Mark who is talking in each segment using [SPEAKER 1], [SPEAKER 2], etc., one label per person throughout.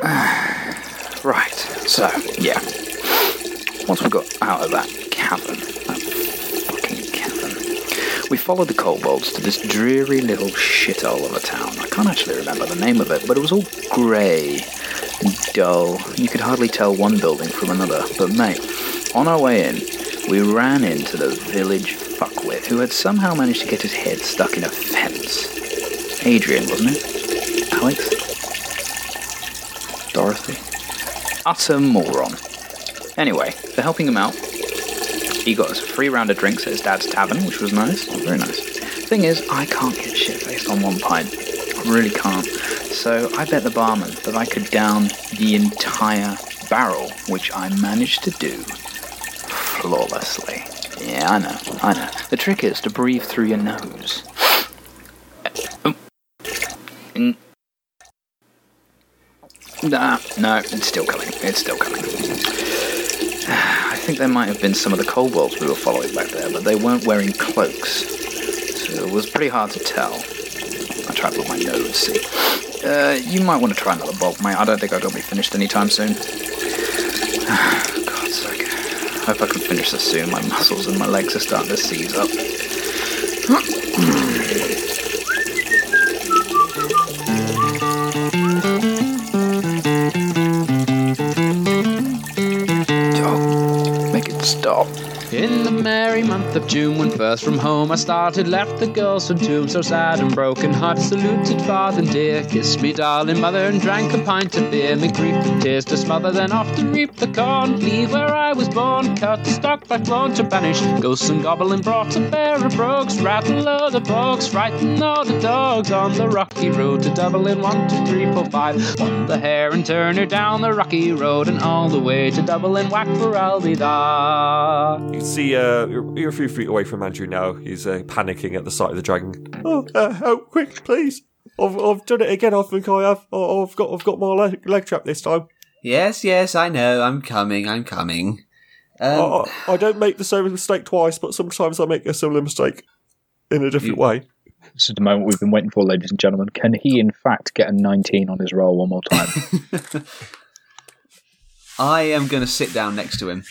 [SPEAKER 1] So, yeah. Once we got out of that cavern, that fucking cavern, we followed the kobolds to this dreary little shithole of a town. I can't actually remember the name of it, but it was all grey and dull. You could hardly tell one building from another. But mate, on our way in, we ran into the village fuckwit who had somehow managed to get his head stuck in a fence. Adrian, wasn't it? Alex? Dorothy? Utter moron. Anyway, for helping him out, he got us a free round of drinks at his dad's tavern, which was nice. Very nice. Thing is, I can't get shit faced on one pint. I really can't. So I bet the barman that I could down the entire barrel, which I managed to do flawlessly. Yeah, I know, I know. The trick is to breathe through your nose. Mm. Nah, no, it's still coming. It's still coming. I think there might have been some of the kobolds we were following back there, but they weren't wearing cloaks, so it was pretty hard to tell. I tried with my nose, see. Uh, you might want to try another bolt, mate. I don't think I'll be finished anytime soon. God's sake. I hope I can finish this soon. My muscles and my legs are starting to seize up. Oh, make it stop.
[SPEAKER 2] In the merry month of June, when first from home I started, left the girls from tomb, so sad and broken heart, saluted father and dear, kissed me darling mother, and drank a pint of beer, me grief and tears to smother, then off to reap the corn, leave where I was born, cut the stock back blown to banish, ghosts and goblin brought a pair of brogues, rattle all the bogs, frighten all the dogs, on the rocky road to Dublin, one, two, three, four, five,
[SPEAKER 3] Oh
[SPEAKER 2] on the hare and turn her down the rocky road, and all the way to Dublin, whack for Aldi da.
[SPEAKER 4] You can see uh, you're, you're a few feet away from Andrew now. He's uh, panicking at the sight of the dragon. Oh, uh, help! Quick, please! I've, I've done it again. I think I have. I- I've got I've got my leg, leg trap this time.
[SPEAKER 5] Yes, yes, I know. I'm coming. I'm coming. Um,
[SPEAKER 4] I, I, I don't make the same mistake twice, but sometimes I make a similar mistake in a different way.
[SPEAKER 6] This is the moment we've been waiting for, ladies and gentlemen. Can he, in fact, get a 19 on his roll one more time?
[SPEAKER 5] I am going to sit down next to him.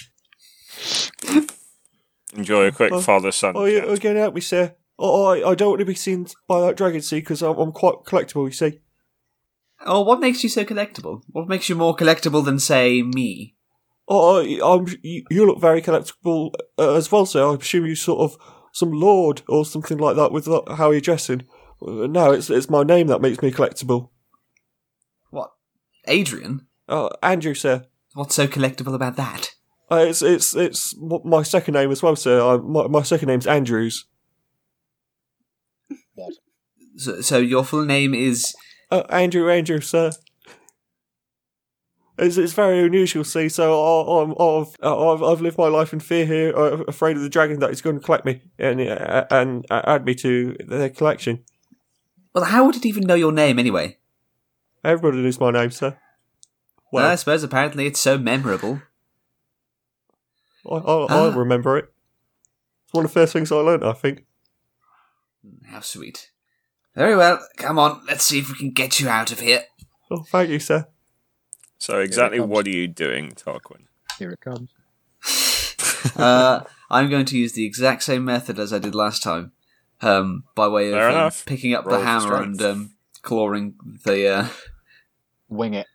[SPEAKER 7] Enjoy a quick
[SPEAKER 4] Oh.
[SPEAKER 7] father son.
[SPEAKER 4] Oh, yeah, again, help me, sir. I, I I don't want to be seen by that dragon, see, because I'm, I'm quite collectible, you see.
[SPEAKER 5] Oh, what makes you so collectible? What makes you more collectible than, say, me?
[SPEAKER 4] Oh, I, I'm, you, you look very collectible uh, as well, sir. I assume you sort of some lord or something like that with lo- how you're dressing. Uh, No, it's it's my name that makes me collectible.
[SPEAKER 5] What? Adrian?
[SPEAKER 4] Uh, Andrew, sir.
[SPEAKER 5] What's so collectible about that?
[SPEAKER 4] Uh, it's it's it's m- my second name as well, sir. I, my my second name's Andrews.
[SPEAKER 5] So, so your full name is.
[SPEAKER 4] Uh, Andrew, Andrew, sir. It's, it's very unusual, see. So I, I'm, I've, I've I've lived my life in fear here, uh, afraid of the dragon that is going to collect me and uh, and uh, add me to their collection.
[SPEAKER 5] Well, how would it even know your name anyway?
[SPEAKER 4] Everybody knows my name, sir.
[SPEAKER 5] Well, I
[SPEAKER 4] Well,
[SPEAKER 5] suppose apparently it's so memorable.
[SPEAKER 4] I, I,
[SPEAKER 5] Ah.
[SPEAKER 4] I remember it. It's one of the first things I learnt, I think.
[SPEAKER 5] How sweet. Very well, come on, let's see if we can get you out of here.
[SPEAKER 4] Oh, thank you, sir.
[SPEAKER 7] So exactly
[SPEAKER 6] comes.
[SPEAKER 7] what are you doing, Tarquin?
[SPEAKER 6] Here it comes.
[SPEAKER 5] uh, I'm going to use the exact same method as I did last time, um, by way of
[SPEAKER 7] Fair
[SPEAKER 5] um,
[SPEAKER 7] enough.
[SPEAKER 5] picking up
[SPEAKER 7] Roll
[SPEAKER 5] the
[SPEAKER 7] for
[SPEAKER 5] hammer
[SPEAKER 7] strength.
[SPEAKER 5] and um, clawing the. Uh,
[SPEAKER 6] Wing it.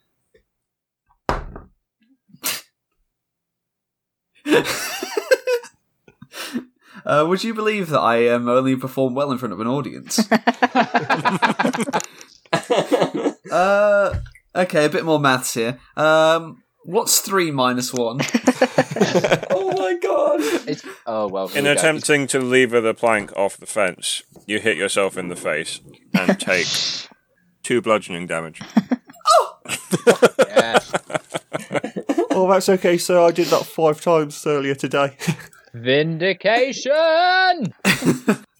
[SPEAKER 5] Uh, would you believe that I um, only perform well in front of an audience? uh, okay, a bit more maths here. Um, what's three minus one?
[SPEAKER 4] oh my god!
[SPEAKER 6] It's, oh, well. here
[SPEAKER 7] In
[SPEAKER 6] we go.
[SPEAKER 7] attempting to lever the plank off the fence, you hit yourself in the face and take two bludgeoning damage.
[SPEAKER 6] Yeah.
[SPEAKER 4] Oh, that's okay, sir. I did that five times earlier today.
[SPEAKER 6] Vindication!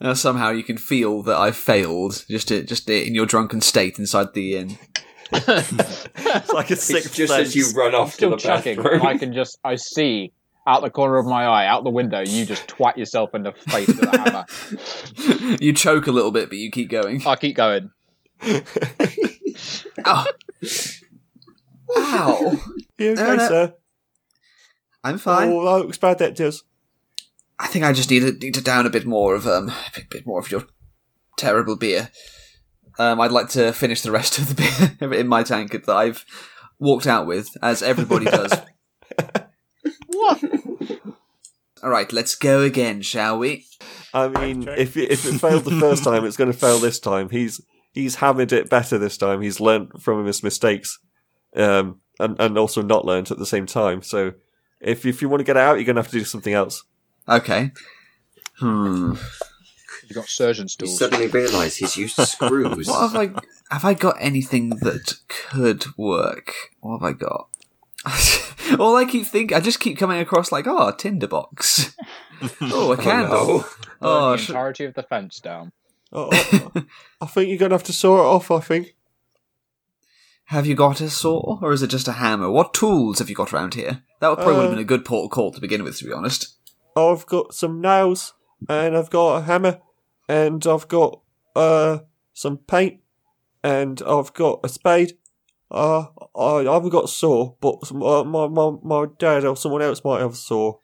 [SPEAKER 5] Uh, somehow you can feel that I failed just to, just in your drunken state inside the inn.
[SPEAKER 4] it's like a
[SPEAKER 3] It's just as you run off to
[SPEAKER 8] still
[SPEAKER 3] the
[SPEAKER 8] chucking.
[SPEAKER 3] bathroom.
[SPEAKER 8] I can just I see out the corner of my eye, out the window, you just twat yourself in the face with a hammer.
[SPEAKER 5] you choke a little bit, but you keep going.
[SPEAKER 8] I keep going.
[SPEAKER 5] Ow! Ow!
[SPEAKER 4] You
[SPEAKER 5] No,
[SPEAKER 4] okay,
[SPEAKER 3] Uh,
[SPEAKER 5] no.
[SPEAKER 4] sir?
[SPEAKER 5] I'm fine.
[SPEAKER 4] Oh, that looks bad, that does.
[SPEAKER 5] I think I just need to need to down a bit more of um a bit, bit more of your terrible beer. Um, I'd like to finish the rest of the beer in my tankard that I've walked out with, as everybody does.
[SPEAKER 8] What?
[SPEAKER 5] All right, let's go again, shall we?
[SPEAKER 4] I mean,
[SPEAKER 7] check.
[SPEAKER 4] if it- if it failed the first time, it's going to fail this time. He's he's hammered it better this time. He's learnt from his mistakes, um, and and also not learnt at the same time. So, if if you want to get it out, you're going to have to do something else.
[SPEAKER 5] Okay. Hmm.
[SPEAKER 8] You got surgeon's
[SPEAKER 3] You
[SPEAKER 8] tools.
[SPEAKER 3] suddenly realise he's used to screws.
[SPEAKER 5] What have I? Have I got anything that could work? What have I got? All I keep think, I just keep coming across like, oh, a tinderbox. oh, a candle.
[SPEAKER 3] Oh,
[SPEAKER 5] Oh,
[SPEAKER 8] the
[SPEAKER 5] sh-
[SPEAKER 8] entirety of the fence down.
[SPEAKER 4] Oh, oh, I think you're going to have to saw it off. I think.
[SPEAKER 5] have you got a saw or is it just a hammer? What tools have you got around here? That would probably would have been a good port call to begin with, to be honest.
[SPEAKER 4] I've got some nails, and I've got a hammer, and I've got uh some paint, and I've got a spade. Uh, I, I haven't got a saw, but some, uh, my, my my dad or someone else might have a saw.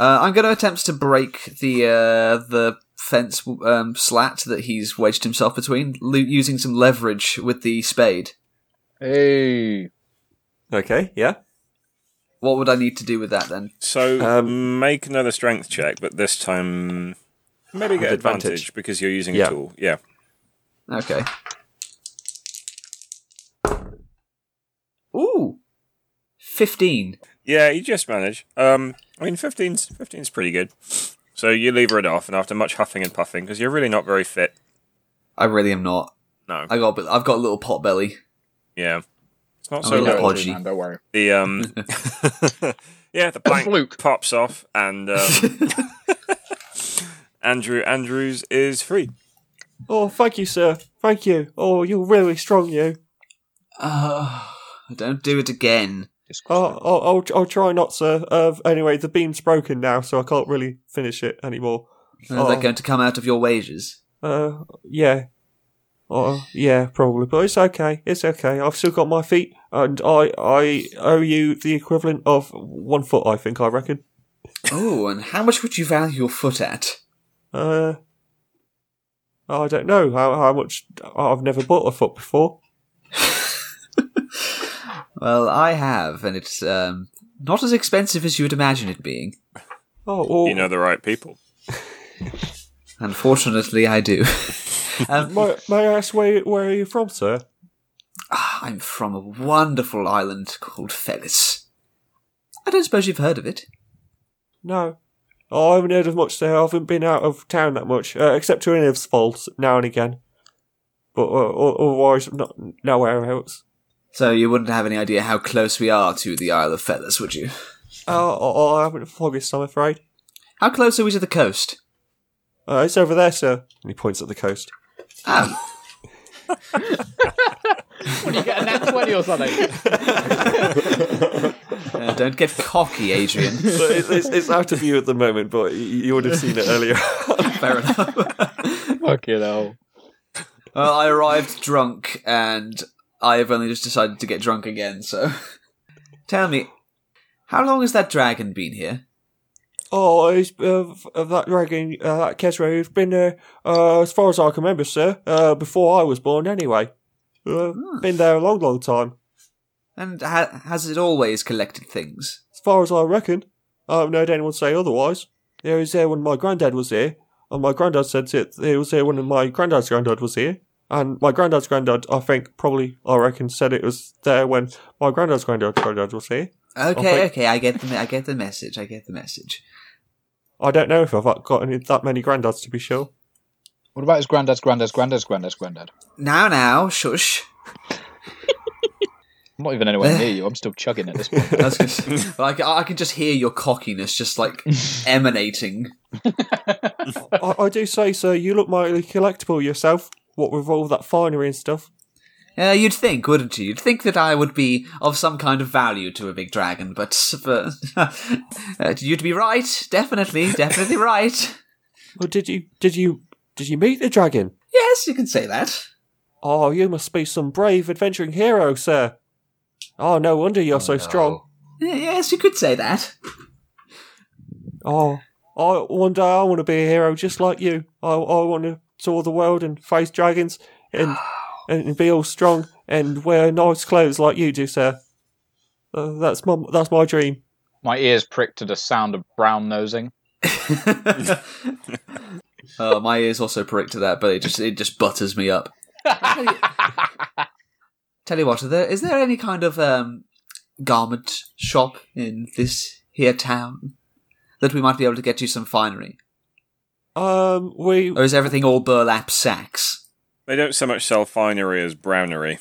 [SPEAKER 5] Uh, I'm going to attempt to break the uh, the fence um, slat that he's wedged himself between, lo- using some leverage with the spade.
[SPEAKER 8] Hey,
[SPEAKER 4] Okay, yeah.
[SPEAKER 5] What would I need to do with that then?
[SPEAKER 7] So
[SPEAKER 4] Um,
[SPEAKER 7] make another strength check, but this time maybe get
[SPEAKER 4] With
[SPEAKER 7] advantage.
[SPEAKER 4] advantage.
[SPEAKER 7] because you're using
[SPEAKER 4] Yeah.
[SPEAKER 7] a tool. Yeah.
[SPEAKER 5] Okay. Ooh. 15.
[SPEAKER 7] Yeah, you just manage. Um, I mean, 15's, 15's pretty good. So you lever it off, and after much huffing and puffing, because you're really not very fit.
[SPEAKER 5] I really am not.
[SPEAKER 7] No.
[SPEAKER 5] I got I've got a little pot belly.
[SPEAKER 7] yeah. It's not
[SPEAKER 5] Oh,
[SPEAKER 7] so
[SPEAKER 5] yeah.
[SPEAKER 7] good.
[SPEAKER 5] Podgy.
[SPEAKER 8] man, don't worry.
[SPEAKER 7] The um, yeah, the plank
[SPEAKER 8] Fluke.
[SPEAKER 7] pops off, and um, Andrew Andrews is free.
[SPEAKER 4] Oh, thank you, sir. Thank you. Oh, you're really strong, you.
[SPEAKER 5] Oh, don't do it again.
[SPEAKER 4] Oh, oh I'll, I'll try not, sir. Uh, anyway, the beam's broken now, so I can't really finish it anymore.
[SPEAKER 5] Is that
[SPEAKER 4] Oh.
[SPEAKER 5] going to come out of your wages?
[SPEAKER 4] Uh, yeah. Oh, yeah, probably. But it's okay. It's okay. I've still got my feet, and I I owe you the equivalent of one foot, I think, I reckon.
[SPEAKER 5] Oh, and how much would you value your foot at?
[SPEAKER 4] Uh, I don't know how, how much. I've never bought a foot before.
[SPEAKER 5] Well, I have, and it's um, not as expensive as you would imagine it being.
[SPEAKER 4] Oh, well,
[SPEAKER 7] You know the right people.
[SPEAKER 5] Unfortunately, I do. um,
[SPEAKER 4] may, may I ask where, where are you from, sir?
[SPEAKER 5] Ah, I'm from a wonderful island called Felis. I don't suppose you've heard of it.
[SPEAKER 4] No. Oh, I haven't heard of much there. I haven't been out of town that much, uh, except to Iniv's fault now and again. But uh, o- otherwise, not nowhere else.
[SPEAKER 5] So you wouldn't have any idea how close we are to the Isle of Feathers, would you?
[SPEAKER 4] Oh, oh, oh, I haven't the foggiest, I'm afraid.
[SPEAKER 5] How close are we to the coast?
[SPEAKER 4] Uh, it's over there, sir. And he points at the coast.
[SPEAKER 5] Ah,
[SPEAKER 8] What, you
[SPEAKER 4] oh.
[SPEAKER 8] get a nat 20 or something?
[SPEAKER 5] uh, don't get cocky, Adrian.
[SPEAKER 4] So it's, it's, it's out of view at the moment, but y- you would have seen it earlier.
[SPEAKER 5] Fair enough.
[SPEAKER 8] Fucking hell.
[SPEAKER 5] Well, I arrived drunk, and I have only just decided to get drunk again. So, tell me, how long has that dragon been here?
[SPEAKER 4] oh, it's, uh, f- uh, that dragon, uh, that Kesra, who's been there, uh, as far as I can remember, sir, uh, before I was born anyway. Uh, Been there a long, long time.
[SPEAKER 5] Hmm. And ha- has it always collected things?
[SPEAKER 4] As far as I reckon, I haven't heard anyone say otherwise. He was there when my granddad was here, and my granddad said that he was there when my granddad's granddad was here, and my granddad's granddad, I think, probably, I reckon, said it was there when my granddad's granddad granddad was here.
[SPEAKER 5] Okay,
[SPEAKER 8] Oh,
[SPEAKER 4] Okay.
[SPEAKER 5] okay, I get the me- I get the message. I get the message.
[SPEAKER 4] I don't know if I've got any, that many granddads to be sure.
[SPEAKER 8] What about his granddad's granddad's granddad's granddad's granddad?
[SPEAKER 5] Now, now, shush.
[SPEAKER 8] I'm not even anywhere near you. I'm still chugging at this point.
[SPEAKER 5] I, was gonna- I can- I can just hear your cockiness just like emanating
[SPEAKER 4] I, I do say, sir, you look mightily collectible yourself, what with all that finery and stuff.
[SPEAKER 5] Uh, you'd think, wouldn't you? You'd think that I would be of some kind of value to a big dragon, but but- uh, you'd be right. Definitely, definitely right.
[SPEAKER 4] Well, did you, did you, did you meet the dragon?
[SPEAKER 5] Yes, you can say that.
[SPEAKER 4] Oh, you must be some brave adventuring hero, sir. Oh, no wonder you're so
[SPEAKER 3] no.
[SPEAKER 4] strong.
[SPEAKER 5] Yeah, Yes, you could say that.
[SPEAKER 4] Oh, I one day I want to be a hero just like you. I I want to tour the world and face dragons and and be all strong and wear nice clothes like you do, sir. Uh, that's my that's my dream.
[SPEAKER 8] My ears pricked to the sound of brown nosing.
[SPEAKER 5] Oh, my ears also pricked to that, but it just it just butters me up. Tell you what, are there, is there any kind of um, garment shop in this here town that we might be able to get you some finery,
[SPEAKER 4] Um, we
[SPEAKER 5] or is everything all burlap sacks?
[SPEAKER 7] They don't so much sell finery as brownery.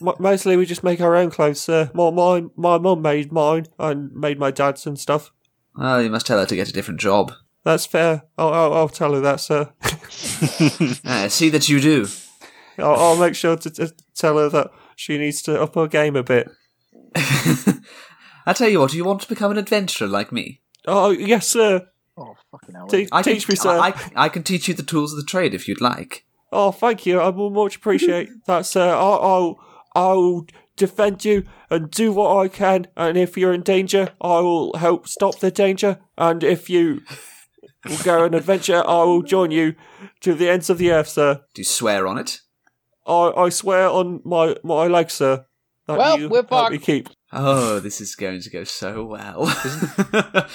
[SPEAKER 4] m- mostly we just make our own clothes, sir. My my my mum made mine and made my dad's and stuff.
[SPEAKER 5] Well, Oh, you must tell her to get a different job.
[SPEAKER 4] That's fair. I'll I'll, I'll tell her that, sir.
[SPEAKER 5] Ah, see that you do.
[SPEAKER 4] I'll, I'll make sure to to tell her that she needs to up her game a bit.
[SPEAKER 5] I tell you what, do you want to become an adventurer like me?
[SPEAKER 4] Oh yes, sir.
[SPEAKER 6] Oh, fucking hell.
[SPEAKER 4] Te-
[SPEAKER 5] I
[SPEAKER 4] teach
[SPEAKER 5] can,
[SPEAKER 4] me, sir.
[SPEAKER 5] I, I, I can teach you the tools of the trade if you'd like.
[SPEAKER 4] Oh, thank you. I will much appreciate that, sir. I- I'll, I'll defend you and do what I can. And if you're in danger, I will help stop the danger. And if you go on an adventure, I will join you to the ends of the earth, sir.
[SPEAKER 5] Do you swear on it?
[SPEAKER 4] I, I swear on my, my leg, sir. That
[SPEAKER 8] Well,
[SPEAKER 4] you
[SPEAKER 8] we're
[SPEAKER 4] help
[SPEAKER 8] fucked.
[SPEAKER 4] me keep.
[SPEAKER 5] Oh, this is going to go so well.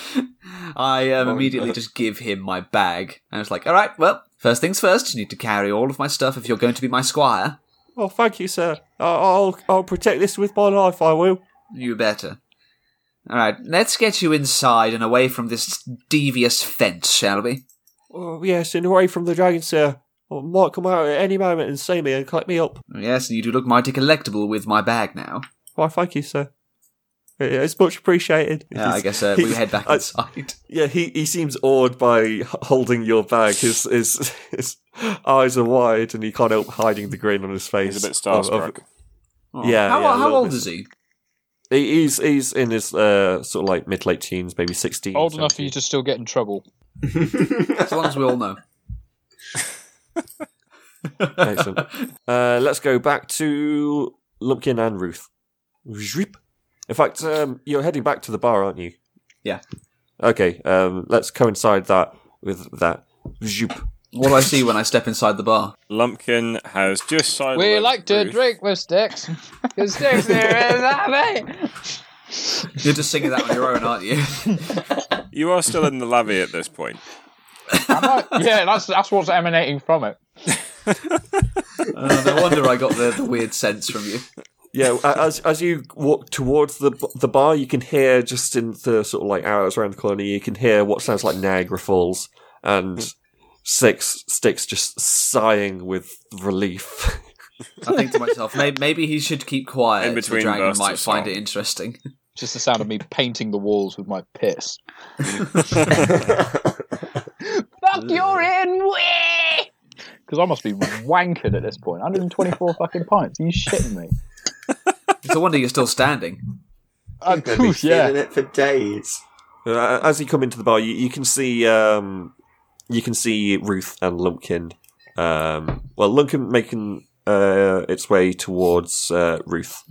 [SPEAKER 5] I um, immediately just give him my bag. And it's like, all right, well, first things first, you need to carry all of my stuff if you're going to be my squire.
[SPEAKER 4] Oh, thank you, sir. I, I'll, I'll protect this with my life. I will.
[SPEAKER 5] You better. All right, let's get you inside and away from this devious fence, shall we?
[SPEAKER 4] Oh, yes, and away from the dragon, sir. Or might come out at any moment and see me and collect me up.
[SPEAKER 5] Yes, you do look mighty collectible with my bag now.
[SPEAKER 4] Why, thank you, sir. It- It's much appreciated.
[SPEAKER 5] Yeah, I
[SPEAKER 4] He's-
[SPEAKER 5] guess uh, we
[SPEAKER 4] he's-
[SPEAKER 5] head back
[SPEAKER 4] I-
[SPEAKER 5] inside.
[SPEAKER 4] yeah, he, he seems awed by h- holding your bag. His, his his eyes are wide, and he can't help hiding the grin on his face.
[SPEAKER 7] He's a bit
[SPEAKER 4] of- of-
[SPEAKER 7] starstruck. Oh.
[SPEAKER 4] yeah,
[SPEAKER 5] How,
[SPEAKER 4] yeah, a
[SPEAKER 5] how
[SPEAKER 4] little
[SPEAKER 5] old
[SPEAKER 4] bit.
[SPEAKER 5] is he?
[SPEAKER 4] he- he's he's in his uh, sort of like mid late teens, maybe sixteen.
[SPEAKER 8] Old enough for you
[SPEAKER 4] 17.
[SPEAKER 8] to still get in trouble.
[SPEAKER 5] As long as we all know.
[SPEAKER 4] Excellent. Uh, let's go back to Lumpkin and Ruth. Zhweep. In fact, um, you're heading back to the bar, aren't you?
[SPEAKER 5] Yeah.
[SPEAKER 4] Okay. Um, let's coincide that with that. Zhweep.
[SPEAKER 5] What do I see when I step inside the bar?
[SPEAKER 7] Lumpkin has just sidelined
[SPEAKER 8] We like to
[SPEAKER 7] Ruth.
[SPEAKER 8] drink with sticks. Because sticks are in that way.
[SPEAKER 5] You're just singing that on your own, aren't you?
[SPEAKER 7] You are still in the lavvy at this point.
[SPEAKER 8] Am I? Yeah, that's that's what's emanating from it.
[SPEAKER 5] Uh, no wonder I got the, the weird sense from you.
[SPEAKER 4] Yeah, a- as as you walk towards the b- the bar, you can hear just in the sort of like hours around the corner, you can hear what sounds like Niagara Falls
[SPEAKER 5] Mm.
[SPEAKER 4] and six sticks just sighing with relief.
[SPEAKER 5] I think to myself, maybe, maybe he should keep quiet.
[SPEAKER 7] In between
[SPEAKER 5] the dragon
[SPEAKER 7] bursts
[SPEAKER 5] might
[SPEAKER 7] of
[SPEAKER 5] find
[SPEAKER 7] song.
[SPEAKER 5] it interesting.
[SPEAKER 8] Just the sound of me painting the walls with my piss. Fuck you're in way! Because I must be wankered at this point. 124 fucking pints. Are you shitting me?
[SPEAKER 5] It's a wonder you're still standing.
[SPEAKER 8] Uh,
[SPEAKER 3] I'm going to be
[SPEAKER 8] poof, yeah.
[SPEAKER 3] feeling it for days.
[SPEAKER 4] Uh, As you come into the bar, you, you can see um, you can see Ruth and Lumpkin. Um, well, Lumpkin making uh, its way towards uh, Ruth.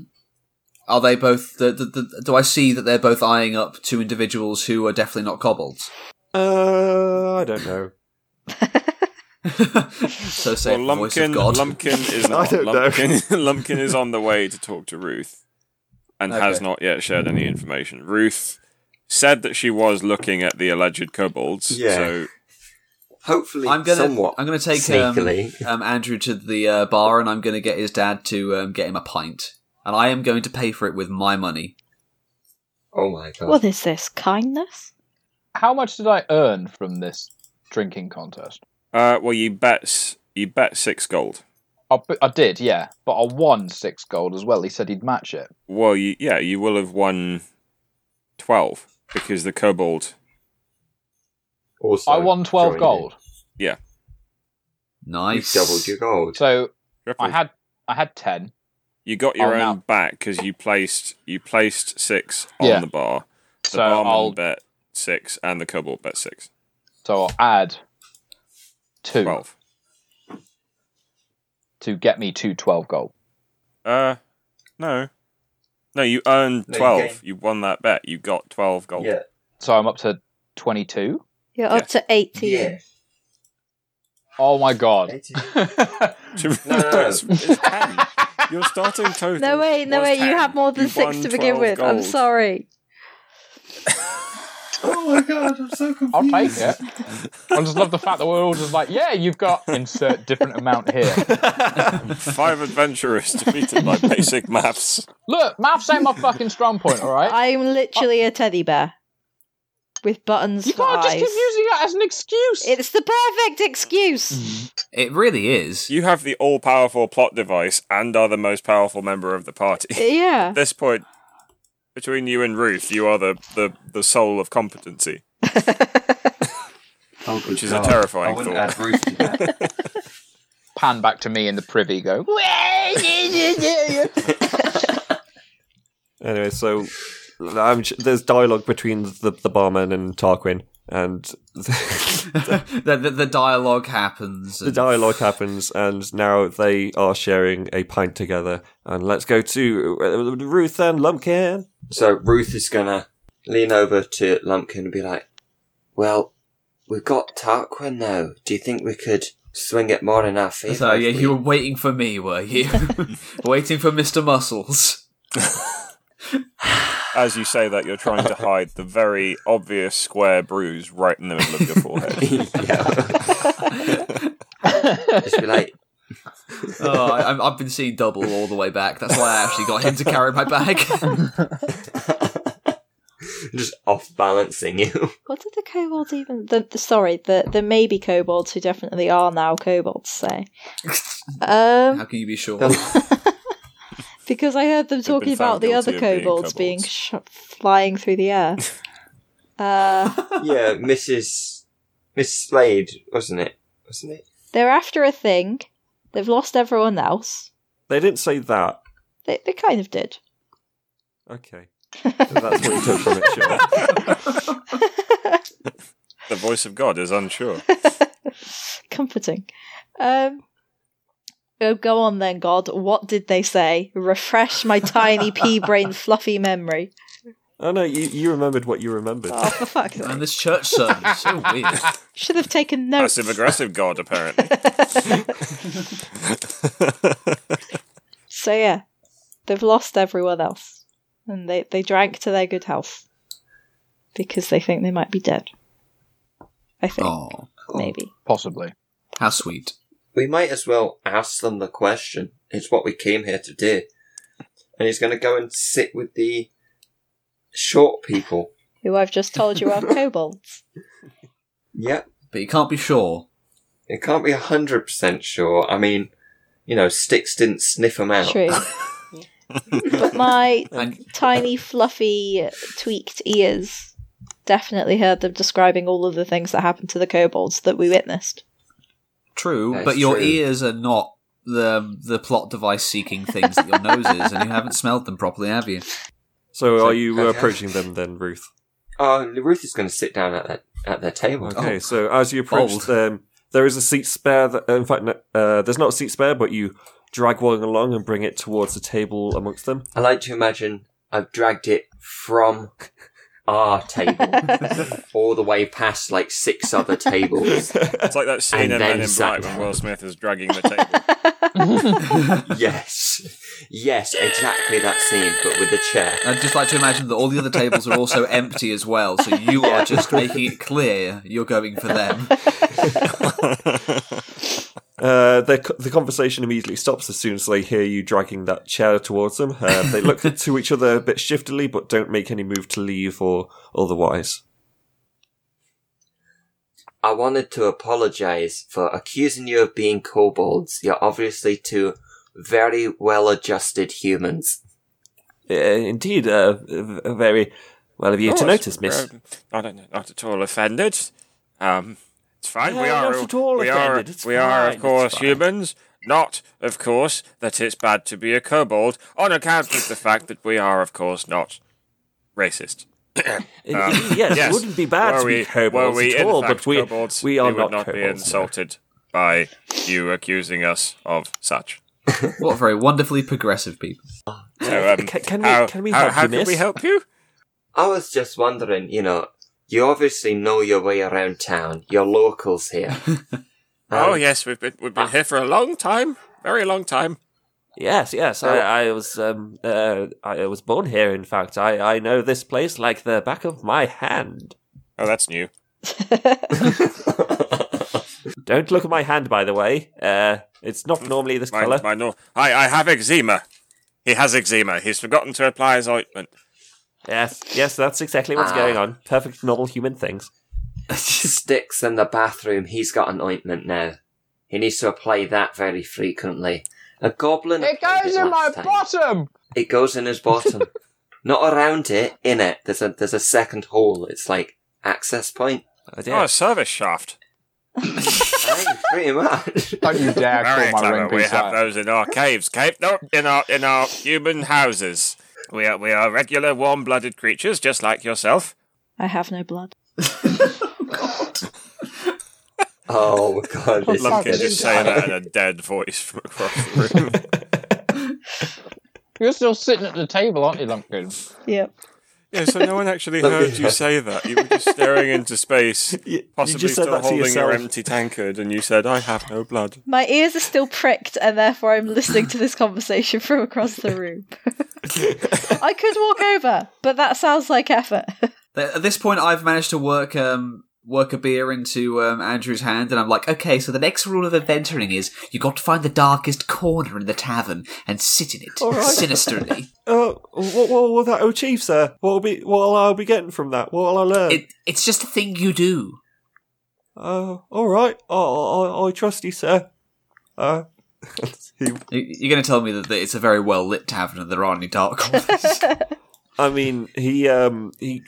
[SPEAKER 5] Are they both? The, the, the, do I see that they're both eyeing up two individuals who are definitely not kobolds?
[SPEAKER 4] Uh, I don't know.
[SPEAKER 5] So say
[SPEAKER 7] Well,
[SPEAKER 5] the voice
[SPEAKER 7] Lumpkin,
[SPEAKER 5] of God.
[SPEAKER 7] Lumpkin is not.
[SPEAKER 4] don't know.
[SPEAKER 7] Lumpkin, Lumpkin is on the way to talk to Ruth, and has
[SPEAKER 5] Okay.
[SPEAKER 7] not yet shared any information. Ruth said that she was looking at the alleged kobolds.
[SPEAKER 3] Yeah.
[SPEAKER 7] So
[SPEAKER 3] Hopefully,
[SPEAKER 5] I'm gonna
[SPEAKER 3] somewhat
[SPEAKER 5] I'm gonna take um,
[SPEAKER 3] sneakily.
[SPEAKER 5] um, Andrew to the uh, bar and I'm gonna get his dad to um, get him a pint, and I am going to pay for it with my money.
[SPEAKER 3] oh my god.
[SPEAKER 9] What is this? Kindness?
[SPEAKER 8] How much did I earn from this drinking contest?
[SPEAKER 7] Uh, well, you bet s- you bet six gold.
[SPEAKER 8] I, bu- I did, yeah. But I won six gold as well. He said he'd match it.
[SPEAKER 7] Well, you, yeah, you will have won twelve because the kobold.
[SPEAKER 3] also,
[SPEAKER 8] I won 12
[SPEAKER 3] join
[SPEAKER 8] gold.
[SPEAKER 3] You.
[SPEAKER 5] Nice.
[SPEAKER 3] You've doubled your gold.
[SPEAKER 8] So I
[SPEAKER 7] tripled.
[SPEAKER 8] had I had 10.
[SPEAKER 7] you got your
[SPEAKER 8] Oh,
[SPEAKER 7] own
[SPEAKER 8] now-
[SPEAKER 7] back because you placed you placed six on
[SPEAKER 8] Yeah.
[SPEAKER 7] the bar. The
[SPEAKER 8] So
[SPEAKER 7] barman
[SPEAKER 8] I'll
[SPEAKER 7] bet six, and the kobold bet six.
[SPEAKER 8] so I'll add two
[SPEAKER 7] Twelve.
[SPEAKER 8] to get me to 12 gold.
[SPEAKER 7] Uh, no, no. You earned
[SPEAKER 3] No, you
[SPEAKER 7] twelve.
[SPEAKER 3] gained-
[SPEAKER 7] you won that bet. You got twelve gold.
[SPEAKER 3] Yeah.
[SPEAKER 8] So I'm up to 22.
[SPEAKER 9] You're up to 18.
[SPEAKER 3] Yeah.
[SPEAKER 8] Oh my god.
[SPEAKER 3] 18. No, no, no.
[SPEAKER 7] it's, it's ten. Your starting total.
[SPEAKER 9] No way, no
[SPEAKER 7] was
[SPEAKER 9] way.
[SPEAKER 7] 10.
[SPEAKER 9] You had more than
[SPEAKER 7] You
[SPEAKER 9] six
[SPEAKER 7] won
[SPEAKER 9] to begin
[SPEAKER 7] 12
[SPEAKER 9] with. I'm
[SPEAKER 7] gold.
[SPEAKER 9] sorry.
[SPEAKER 3] Oh my god, I'm so confused.
[SPEAKER 8] I'll take it. I just love the fact that we're all just like, yeah, you've got insert different amount here.
[SPEAKER 7] Five adventurers defeated by basic maths.
[SPEAKER 8] Look, maths ain't my fucking strong point, all right?
[SPEAKER 9] I'm literally a teddy bear with buttons
[SPEAKER 8] you
[SPEAKER 9] for
[SPEAKER 8] can't just
[SPEAKER 9] eyes.
[SPEAKER 8] keep using that as an excuse.
[SPEAKER 9] It's the perfect excuse.
[SPEAKER 3] Mm.
[SPEAKER 5] It really is.
[SPEAKER 7] You have the all-powerful plot device and are the most powerful member of the party.
[SPEAKER 9] yeah.
[SPEAKER 7] At this point, between you and Ruth, you are the the, the soul of competency.
[SPEAKER 3] Oh, good
[SPEAKER 7] Which is a
[SPEAKER 3] God.
[SPEAKER 7] terrifying
[SPEAKER 3] I wouldn't
[SPEAKER 7] thought.
[SPEAKER 3] add Ruth to that.
[SPEAKER 8] Pan back to me in the privy, go,
[SPEAKER 4] Anyway, so I'm, j- there's dialogue between the, the barman and Tarquin, and
[SPEAKER 5] the, the, the dialogue happens.
[SPEAKER 4] the
[SPEAKER 5] and-
[SPEAKER 4] dialogue happens, and now they are sharing a pint together. And let's go to uh, Ruth and Lumpkin.
[SPEAKER 3] So Ruth is gonna lean over to Lumpkin and be like, "Well, we've got Tarquin now. Do you think we could swing it more in our favour?"
[SPEAKER 5] So yeah,
[SPEAKER 3] if we-
[SPEAKER 5] you were waiting for me, were you? waiting for Mister Muscles.
[SPEAKER 7] As you say that, you're trying to hide the very obvious square bruise right in the middle of your forehead.
[SPEAKER 3] yeah. Just be like,
[SPEAKER 5] Oh, I, I'm- I've been seeing double all the way back. That's why I actually got him to carry my bag.
[SPEAKER 3] just off balancing you.
[SPEAKER 9] What did the kobolds even? The, the sorry, the the maybe kobolds who definitely are now kobolds say. Um,
[SPEAKER 5] How can you be sure?
[SPEAKER 9] because I heard them talking
[SPEAKER 7] been
[SPEAKER 9] about
[SPEAKER 7] found
[SPEAKER 9] the
[SPEAKER 7] guilty
[SPEAKER 9] other
[SPEAKER 7] of being
[SPEAKER 9] kobolds being
[SPEAKER 7] kobolds.
[SPEAKER 9] sh- flying through the air. uh,
[SPEAKER 3] yeah, Mrs. Miss Slade, wasn't it? Wasn't it?
[SPEAKER 9] they're after a thing. They've lost everyone else.
[SPEAKER 4] They didn't say that.
[SPEAKER 9] They they kind of did.
[SPEAKER 4] Okay, that's what you took from it. Sure.
[SPEAKER 7] the voice of God is unsure.
[SPEAKER 9] Comforting. Um, oh, go on then, God. What did they say? Refresh my tiny pea brain fluffy memory.
[SPEAKER 4] Oh no, you, you remembered what you remembered.
[SPEAKER 9] Oh, for fuck's sake.
[SPEAKER 5] And this church sermon is so weird.
[SPEAKER 9] Should have taken notes.
[SPEAKER 7] Passive aggressive God, apparently.
[SPEAKER 9] So yeah, they've lost everyone else, and they they drank to their good health because they think they might be dead. I think
[SPEAKER 5] Oh,
[SPEAKER 9] maybe.
[SPEAKER 8] Possibly.
[SPEAKER 5] how sweet.
[SPEAKER 3] We might as well ask them the question. It's what we came here to do. And he's going to go and sit with the short people.
[SPEAKER 9] Who I've just told you are kobolds.
[SPEAKER 3] Yep.
[SPEAKER 5] But you can't be sure.
[SPEAKER 3] It can't be 100% sure. I mean, you know, sticks didn't sniff them out.
[SPEAKER 9] True. but my
[SPEAKER 5] And
[SPEAKER 9] tiny, fluffy, tweaked ears definitely heard them describing all of the things that happened to the kobolds that we witnessed.
[SPEAKER 5] true,
[SPEAKER 3] That's
[SPEAKER 5] but your
[SPEAKER 3] true.
[SPEAKER 5] ears are not the the plot device seeking things that your nose is, and you haven't smelled them properly, have you?
[SPEAKER 4] So, are you uh,
[SPEAKER 3] okay.
[SPEAKER 4] approaching them then, Ruth?
[SPEAKER 3] Oh, Ruth is going to sit down at that at their table.
[SPEAKER 5] Oh.
[SPEAKER 4] Okay, so as you approach
[SPEAKER 5] Bold.
[SPEAKER 4] them, there is a seat spare. That, in fact, no- uh, there's not a seat spare, but you drag one along and bring it towards the table amongst them.
[SPEAKER 3] I like to imagine I've dragged it from our table all the way past like six other tables.
[SPEAKER 7] It's like that scene
[SPEAKER 3] And
[SPEAKER 7] in
[SPEAKER 3] then
[SPEAKER 7] Men in
[SPEAKER 3] sat
[SPEAKER 7] Black when
[SPEAKER 3] down.
[SPEAKER 7] Will Smith is dragging the table.
[SPEAKER 3] yes, yes, exactly that scene, but with a chair.
[SPEAKER 5] I'd just like to imagine that all the other tables are also empty as well, so you are just making it clear you're going for them.
[SPEAKER 4] Uh, their, co- the conversation immediately stops as soon as they hear you dragging that chair towards them. Uh, they look to each other a bit shiftily, but don't make any move to leave or otherwise.
[SPEAKER 3] I wanted to apologise for accusing you of being kobolds. You're obviously two very well-adjusted humans.
[SPEAKER 4] Uh, indeed, uh, v- very well of you to
[SPEAKER 7] Oh,
[SPEAKER 4] notice, miss.
[SPEAKER 7] um, I don't know, not at all offended. Um, it's fine. we
[SPEAKER 4] No,
[SPEAKER 7] are
[SPEAKER 4] not at all
[SPEAKER 7] we
[SPEAKER 4] offended.
[SPEAKER 7] Are,
[SPEAKER 4] It's
[SPEAKER 7] we are,
[SPEAKER 4] fine,
[SPEAKER 7] of
[SPEAKER 4] it's
[SPEAKER 7] course,
[SPEAKER 4] fine.
[SPEAKER 7] humans. Not, of course, that it's bad to be a kobold on account of the fact that we are, of course, not racist. Um,
[SPEAKER 4] yes,
[SPEAKER 7] yes.
[SPEAKER 4] it wouldn't be bad
[SPEAKER 7] were
[SPEAKER 4] to be
[SPEAKER 7] we, were
[SPEAKER 4] kobolds
[SPEAKER 7] we
[SPEAKER 4] at
[SPEAKER 7] in
[SPEAKER 4] all,
[SPEAKER 7] fact
[SPEAKER 4] but we,
[SPEAKER 7] kobolds,
[SPEAKER 4] we are
[SPEAKER 7] would not, be
[SPEAKER 4] kobolds, no.
[SPEAKER 7] insulted by you accusing us of such.
[SPEAKER 5] what very wonderfully progressive people.
[SPEAKER 7] So, um,
[SPEAKER 4] Can- can we-
[SPEAKER 7] how,
[SPEAKER 4] can we
[SPEAKER 7] how,
[SPEAKER 4] help
[SPEAKER 7] how
[SPEAKER 4] you,
[SPEAKER 7] can we
[SPEAKER 4] miss?
[SPEAKER 7] help you?
[SPEAKER 3] I was just wondering, you know, you obviously know your way around town. You're locals here. Um,
[SPEAKER 7] oh yes, we've been we've been here for a long time, very long time.
[SPEAKER 4] Yes, yes. I, I was um uh, I was born here. In fact, I, I know this place like the back of my hand.
[SPEAKER 7] Oh, that's new.
[SPEAKER 4] Don't look at my hand, by the way. Uh, it's not normally this
[SPEAKER 7] My,
[SPEAKER 4] color.
[SPEAKER 7] my no- I I have eczema. He has eczema. He's forgotten to apply his ointment.
[SPEAKER 4] Yes, yes. That's exactly what's
[SPEAKER 3] Ah.
[SPEAKER 4] going on. Perfect, normal human things.
[SPEAKER 3] Sticks in the bathroom. He's got an ointment now. He needs to apply that very frequently. A goblin.
[SPEAKER 8] It
[SPEAKER 3] applied
[SPEAKER 8] goes in my
[SPEAKER 3] last time.
[SPEAKER 8] bottom.
[SPEAKER 3] It goes in his bottom. Not around it, in it. There's a there's a second hole. It's like access point.
[SPEAKER 4] Oh,
[SPEAKER 7] Oh,
[SPEAKER 4] dear.
[SPEAKER 7] a service shaft.
[SPEAKER 3] Aye, pretty much.
[SPEAKER 8] Don't you dare
[SPEAKER 7] Very
[SPEAKER 8] call my
[SPEAKER 7] clever.
[SPEAKER 8] ring
[SPEAKER 7] We
[SPEAKER 8] piece
[SPEAKER 7] have
[SPEAKER 8] that.
[SPEAKER 7] those in our caves. Cave, no, in our in our human houses. We are we are regular warm-blooded creatures, just like yourself.
[SPEAKER 9] I have no blood.
[SPEAKER 3] Oh god, this
[SPEAKER 7] Lumpkin
[SPEAKER 3] is
[SPEAKER 7] just saying that in a dead voice from across the room.
[SPEAKER 8] You're still sitting at the table, aren't you, Lumpkin?
[SPEAKER 9] Yeah.
[SPEAKER 7] Yeah, so no one actually
[SPEAKER 3] Look
[SPEAKER 7] heard
[SPEAKER 3] at
[SPEAKER 7] you
[SPEAKER 3] her.
[SPEAKER 7] say that. You were just staring into space,
[SPEAKER 4] you
[SPEAKER 7] possibly
[SPEAKER 4] just said
[SPEAKER 7] still
[SPEAKER 4] that to
[SPEAKER 7] holding your
[SPEAKER 4] yourself.
[SPEAKER 7] empty tankard, and you said, "I have no blood."
[SPEAKER 9] My ears are still pricked, and therefore I'm listening to this conversation from across the room. I could walk over, but that sounds like effort.
[SPEAKER 5] Th- At this point, I've managed to work um, work a beer into um, Andrew's hand, and I'm like, okay, so the next rule of adventuring is you got to find the darkest corner in the tavern and sit in it
[SPEAKER 4] All right.
[SPEAKER 5] sinisterly.
[SPEAKER 4] Uh, what, what will that achieve, sir? What will be what will I be getting from that? What will I learn?
[SPEAKER 5] it, it's just a thing you do.
[SPEAKER 4] Uh, all right. I, I, I trust you, sir. Uh, he-
[SPEAKER 5] You- You're going to tell me that that it's a very well lit tavern and there aren't any dark corners.
[SPEAKER 4] I mean, he um he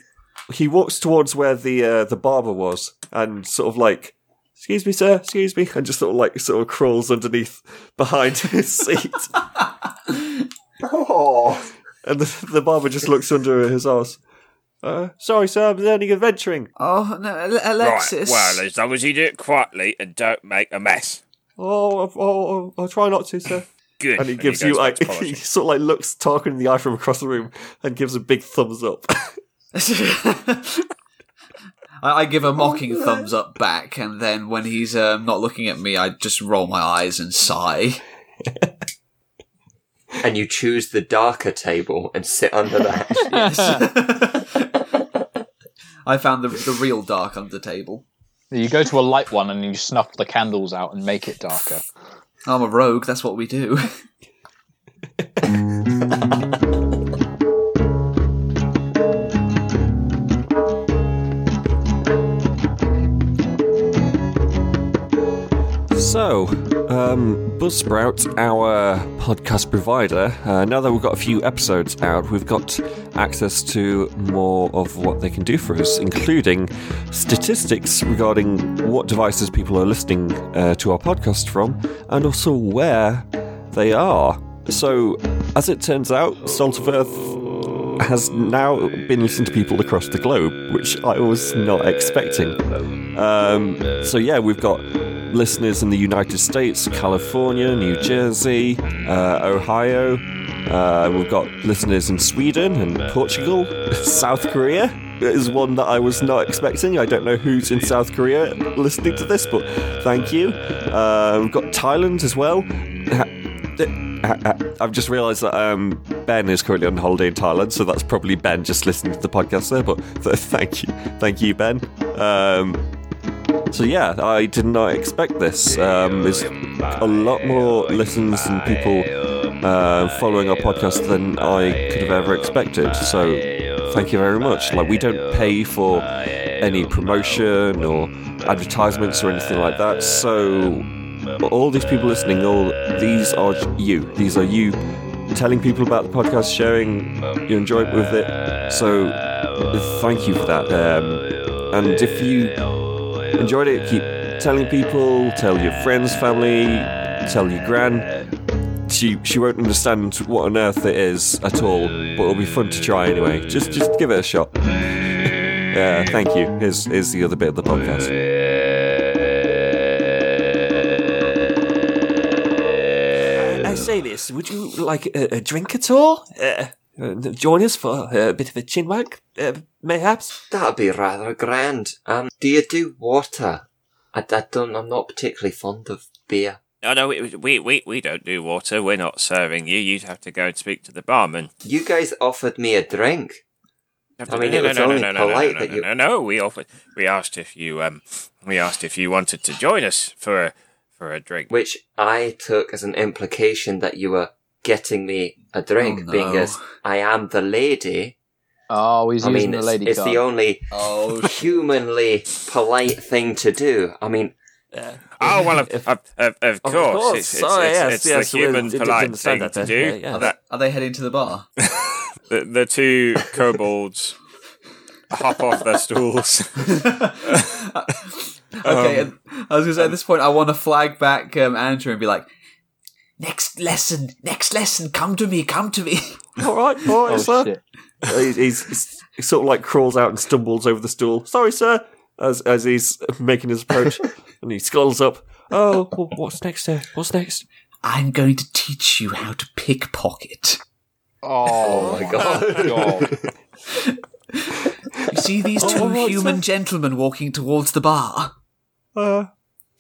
[SPEAKER 4] he walks towards where the uh, the barber was and sort of like, excuse me, sir, excuse me, and just sort of like sort of crawls underneath behind his seat,
[SPEAKER 3] Oh,
[SPEAKER 4] and the, the barber just looks under his arse. Uh, sorry, sir, I'm learning adventuring.
[SPEAKER 5] oh no, Ale- Alexis!
[SPEAKER 7] Right. Well, as long as you do it quietly and don't make a mess.
[SPEAKER 4] Oh, I'll, I'll, I'll try not to, sir.
[SPEAKER 7] Good.
[SPEAKER 4] And he gives you
[SPEAKER 7] goes back
[SPEAKER 4] like
[SPEAKER 7] to
[SPEAKER 4] he
[SPEAKER 7] polishing.
[SPEAKER 4] sort of like looks Tarkin in the eye from across the room and gives a big thumbs up.
[SPEAKER 5] I, I give a mocking thumbs up back, and then when he's um, not looking at me, I just roll my eyes and sigh.
[SPEAKER 3] and you choose the darker table and sit under that.
[SPEAKER 5] I found the the real dark under table.
[SPEAKER 8] You go to a light one and you snuff the candles out and make it darker.
[SPEAKER 5] I'm a rogue. That's what we do.
[SPEAKER 4] So, um, Buzzsprout, our podcast provider, uh, now that we've got a few episodes out, we've got access to more of what they can do for us, including statistics regarding what devices people are listening uh, to our podcast from and also where they are. So, as it turns out, Salt of Earth has now been listened to people across the globe, which I was not expecting. Um, so yeah, we've got listeners in the United States, California, New Jersey, uh, Ohio. Uh, we've got listeners in Sweden and Portugal, South Korea is one that I was not expecting. I don't know who's in South Korea listening to this, but thank you. Uh, we've got Thailand as well. uh, I've just realised that um, Ben is currently on holiday in Thailand, so that's probably Ben just listening to the podcast there. But th- thank you, thank you, Ben. Um, so yeah, I did not expect this. Um, there's a lot more listens and people uh, following our podcast than I could have ever expected. So thank you very much. Like we don't pay for any promotion or advertisements or anything like that. So all these people listening, all these are you. These are you telling people about the podcast, sharing your enjoyment with it. So thank you for that. Um, and if you enjoyed it. Keep telling people, tell your friends, family, tell your gran. She she won't understand what on earth it is at all, but it'll be fun to try anyway. Just just give it a shot. Uh, thank you. Here's here's the other bit of the podcast. Uh,
[SPEAKER 3] I
[SPEAKER 10] say this, would you like a, a drink at all? Uh, uh, join us for a bit of a chin wag, uh, mayhaps?
[SPEAKER 3] That'd be rather grand. Um, do you do water? I, I don't. I'm not particularly fond of beer.
[SPEAKER 7] No, no, we, we, we, we don't do water. We're not serving you. You'd have to go and speak to the barman.
[SPEAKER 3] You guys offered me a drink. I mean,
[SPEAKER 7] no,
[SPEAKER 3] it
[SPEAKER 7] no,
[SPEAKER 3] was
[SPEAKER 7] no, no,
[SPEAKER 3] only
[SPEAKER 7] no, no,
[SPEAKER 3] polite
[SPEAKER 7] no,
[SPEAKER 3] that
[SPEAKER 7] no,
[SPEAKER 3] you.
[SPEAKER 7] no, no, We offered, we asked if you, um, we asked if you wanted to join us for a, for a drink.
[SPEAKER 3] Which I took as an implication that you were getting me a drink,
[SPEAKER 7] Oh, no.
[SPEAKER 3] being as I am the lady.
[SPEAKER 8] Oh, he's
[SPEAKER 3] I
[SPEAKER 8] using
[SPEAKER 3] mean,
[SPEAKER 8] the
[SPEAKER 3] it's,
[SPEAKER 8] lady
[SPEAKER 3] it's
[SPEAKER 8] card.
[SPEAKER 3] the only
[SPEAKER 7] Oh,
[SPEAKER 3] humanly polite thing to do. I mean,
[SPEAKER 7] Oh well, of, of, of, of
[SPEAKER 3] Of
[SPEAKER 7] course,
[SPEAKER 3] course.
[SPEAKER 7] it's, it's,
[SPEAKER 3] Sorry,
[SPEAKER 7] it's,
[SPEAKER 3] yes,
[SPEAKER 7] it's
[SPEAKER 3] yes,
[SPEAKER 7] the
[SPEAKER 3] we-
[SPEAKER 7] human
[SPEAKER 3] it didn't
[SPEAKER 7] polite thing
[SPEAKER 3] understand that
[SPEAKER 7] to
[SPEAKER 3] then.
[SPEAKER 7] do.
[SPEAKER 3] Yeah, yeah.
[SPEAKER 5] Are,
[SPEAKER 7] That-
[SPEAKER 5] they, are they heading to the bar?
[SPEAKER 7] the, the two kobolds hop off their stools.
[SPEAKER 3] Um,
[SPEAKER 5] okay, and I was going to say at this point, I want to flag back um, Andrew and be like, next lesson, next lesson, come to me, come to me.
[SPEAKER 4] All right, all right, sir. Uh, He's, he's, he sort of like crawls out and stumbles over the stool. Sorry, sir. As as he's making his approach, and he scuttles up. Oh, wh- what's next, sir? What's next?
[SPEAKER 5] I'm going to teach you how to pickpocket.
[SPEAKER 8] Oh,
[SPEAKER 5] my God.
[SPEAKER 8] God.
[SPEAKER 5] You see these two
[SPEAKER 4] Oh, right,
[SPEAKER 5] human
[SPEAKER 4] sir.
[SPEAKER 5] gentlemen walking towards the bar?
[SPEAKER 4] Uh,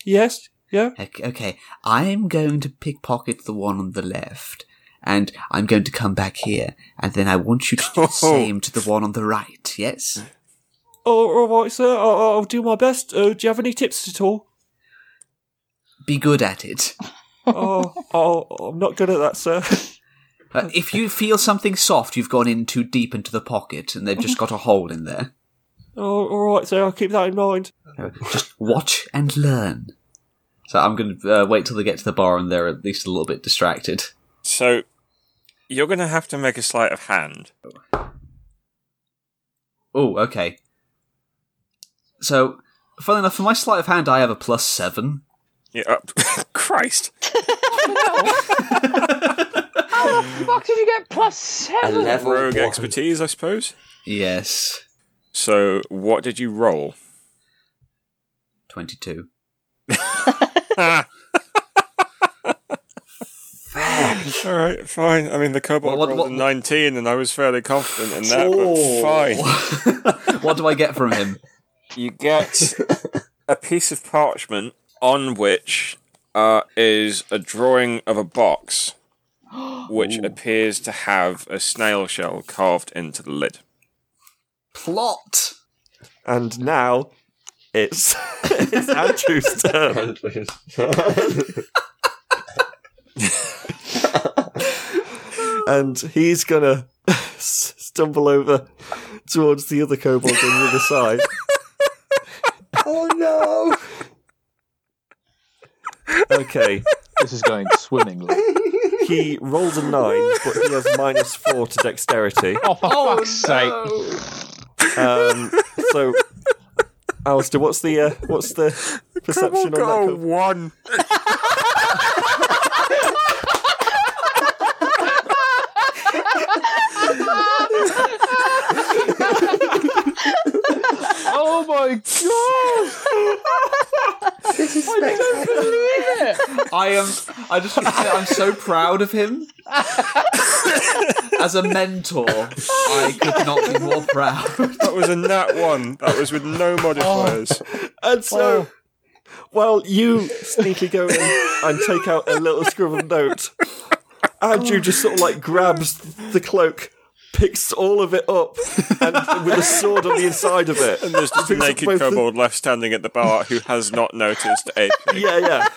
[SPEAKER 4] yes, yeah.
[SPEAKER 5] Okay, okay, I'm going to pickpocket the one on the left, and I'm going to come back here, and then I want you to do the same to the one on the right, yes?
[SPEAKER 4] Oh, all right, sir. I'll, I'll do my best. Uh, do you have any tips at all?
[SPEAKER 5] Be good at it.
[SPEAKER 4] oh, oh, I'm not good at that, sir.
[SPEAKER 5] Uh, if you feel something soft, you've gone in too deep into the pocket, and they've just got a hole in there.
[SPEAKER 4] Oh, all right, sir. I'll keep that in mind.
[SPEAKER 5] Just watch and learn. So I'm going to uh, wait till they get to the bar, and they're at least a little bit distracted.
[SPEAKER 7] So you're going to have to make a sleight of hand.
[SPEAKER 5] Oh, okay. So, funnily enough, for my sleight of hand, I have a plus seven.
[SPEAKER 7] Yeah, uh, Christ.
[SPEAKER 2] How the fuck did you get plus
[SPEAKER 3] a
[SPEAKER 2] seven?
[SPEAKER 3] level
[SPEAKER 7] Rogue
[SPEAKER 3] one.
[SPEAKER 7] expertise, I suppose.
[SPEAKER 5] Yes,
[SPEAKER 7] So what did you roll?
[SPEAKER 5] twenty-two.
[SPEAKER 7] Ah. All right, fine. I mean, the kobold
[SPEAKER 5] Well, what-
[SPEAKER 7] rolled a
[SPEAKER 5] what-
[SPEAKER 7] nineteen, and I was fairly confident in that. But fine.
[SPEAKER 5] what do I get from him?
[SPEAKER 7] You get a piece of parchment on which uh, is a drawing of a box, which appears to have a snail shell carved into the lid.
[SPEAKER 5] Plot.
[SPEAKER 4] And now it's it's Andrew's turn. and he's gonna s- stumble over towards the other kobold on the other side.
[SPEAKER 3] oh no!
[SPEAKER 4] Okay,
[SPEAKER 8] This is going swimmingly.
[SPEAKER 4] he rolls a nine, but he has minus four to dexterity.
[SPEAKER 8] Oh, for fuck's sake.
[SPEAKER 4] Um, so, Alistair, what's the uh, what's the perception on that?
[SPEAKER 7] Go
[SPEAKER 4] Kobold?
[SPEAKER 7] one.
[SPEAKER 8] Oh my god!
[SPEAKER 3] This is spectacular.
[SPEAKER 5] I am. I just want to say I'm so proud of him. As a mentor, I could not be more proud.
[SPEAKER 7] That was a nat one. That was with no modifiers.
[SPEAKER 4] Oh, And so, while you sneakily go in and take out a little scribbled note, Andrew just sort of like grabs the cloak, picks all of it up, and with a sword on the inside of it.
[SPEAKER 7] And there's just a
[SPEAKER 4] Picks up
[SPEAKER 7] naked
[SPEAKER 4] both the-
[SPEAKER 7] kobold left standing at the bar who has not noticed a pig.
[SPEAKER 4] Yeah, yeah.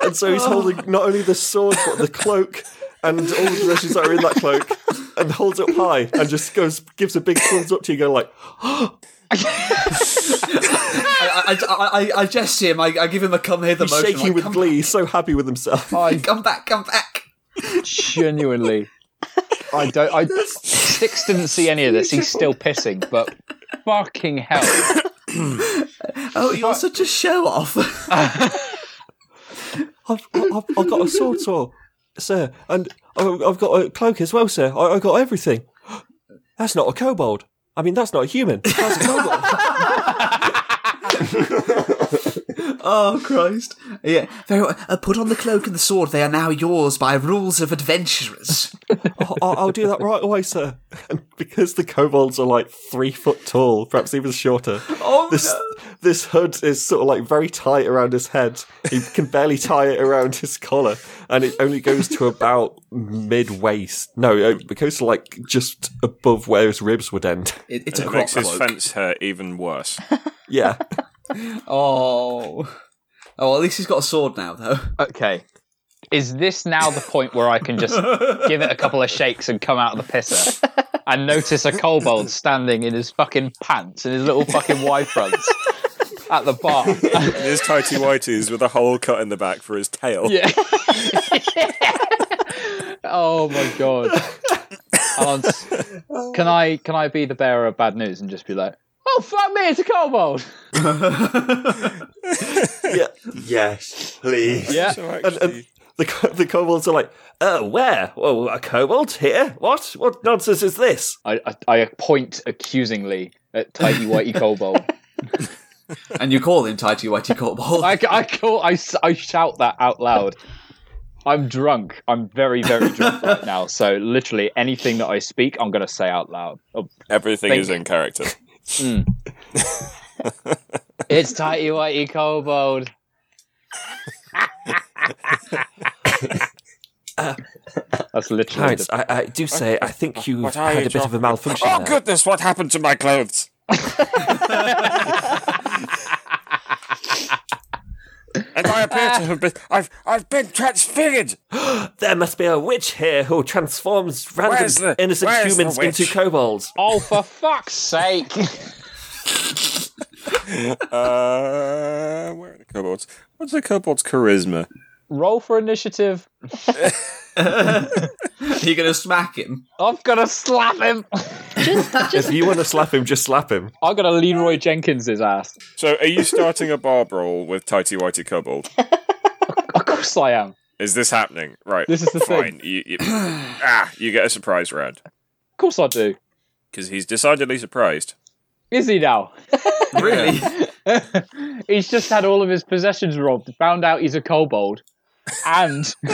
[SPEAKER 4] And so he's holding not only the sword but the cloak and all the possessions that are in that cloak, and holds it up high and just goes gives a big thumbs up to you, going like,
[SPEAKER 5] I, I, I, I, I jest to him. I, I give him a come here the
[SPEAKER 4] he's
[SPEAKER 5] motion.
[SPEAKER 4] shaking
[SPEAKER 5] like,
[SPEAKER 4] with
[SPEAKER 5] come,
[SPEAKER 4] glee, he's so happy with himself.
[SPEAKER 8] I
[SPEAKER 5] come back, come back.
[SPEAKER 8] genuinely. I don't. I Six didn't see any of this. He's still pissing, but fucking hell.
[SPEAKER 5] Oh, you're such a show off.
[SPEAKER 4] I've, I've, I've got a sword saw, sir, and I've I've got a cloak as well, sir. I, I've got everything. That's not a kobold. I mean, that's not a human. That's a kobold.
[SPEAKER 5] oh Christ! Yeah, very well. Uh, put on the cloak and the sword. They are now yours by rules of adventurers. Oh,
[SPEAKER 4] I'll, I'll do that right away, sir. because the kobolds are like three foot tall, perhaps even shorter.
[SPEAKER 5] Oh,
[SPEAKER 4] this this hood is sort of like very tight around his head. He can barely tie it around his collar, and it only goes to about mid waist. No, it goes to like just above where his ribs would end.
[SPEAKER 5] It,
[SPEAKER 7] it makes his fence hurt even worse.
[SPEAKER 4] Yeah.
[SPEAKER 5] Oh. Oh, well, at least he's got a sword now, though.
[SPEAKER 8] Okay. Is this now the point where I can just give it a couple of shakes and come out of the pisser and notice a kobold standing in his fucking pants and his little fucking Y fronts at the bar?
[SPEAKER 7] his tighty whities with a hole cut in the back for his tail.
[SPEAKER 8] Yeah. oh my god. And I'm s-
[SPEAKER 3] Oh.
[SPEAKER 8] can I can I be the bearer of bad news and just be like, Oh fuck me, it's a kobold.
[SPEAKER 3] Yes, please.
[SPEAKER 8] Yeah.
[SPEAKER 4] And, and the co- the kobolds are like, uh, where? Well, a kobold here? What? What nonsense is this?
[SPEAKER 8] I, I, I point accusingly at Tidy Whitey Kobold.
[SPEAKER 5] and you call him Tidy Whitey Kobold.
[SPEAKER 8] I, I call I, s- I shout that out loud. I'm drunk. I'm very very drunk right now. So literally anything that I speak, I'm going to say out loud. Oh,
[SPEAKER 7] Everything
[SPEAKER 8] Thank
[SPEAKER 7] is in character. Hmm.
[SPEAKER 8] mm. it's Tidy Whitey Kobold. That's literally
[SPEAKER 10] Clarence, I, I do say, I think you
[SPEAKER 7] What are
[SPEAKER 10] had
[SPEAKER 7] you
[SPEAKER 10] a bit of a
[SPEAKER 7] talking-
[SPEAKER 10] malfunction.
[SPEAKER 7] Oh
[SPEAKER 10] there.
[SPEAKER 7] goodness! What happened to my clothes? and I appear to have been. I've I've been transfigured.
[SPEAKER 10] There must be a witch here who transforms random
[SPEAKER 7] Where's the-
[SPEAKER 10] innocent
[SPEAKER 7] where's the
[SPEAKER 10] humans
[SPEAKER 7] witch?
[SPEAKER 10] into kobolds.
[SPEAKER 8] Oh, for fuck's sake!
[SPEAKER 7] Uh, where are the kobolds? What's the kobold's charisma?
[SPEAKER 8] Roll for initiative.
[SPEAKER 5] You're going to smack him.
[SPEAKER 8] I'm gonna slap him.
[SPEAKER 4] If you want to slap him, just slap him.
[SPEAKER 8] I'm gonna Leroy Jenkins his ass.
[SPEAKER 7] So, are you starting a bar brawl with Tighty Whitey Kobold?
[SPEAKER 8] Of course I am.
[SPEAKER 7] Is this happening? Right.
[SPEAKER 8] This is the
[SPEAKER 7] fine.
[SPEAKER 8] thing.
[SPEAKER 7] You, you, ah, you get a surprise round
[SPEAKER 8] Of course I do.
[SPEAKER 7] because he's decidedly surprised.
[SPEAKER 8] Is he now?
[SPEAKER 5] Really?
[SPEAKER 8] he's just had all of his possessions robbed, found out he's a kobold, and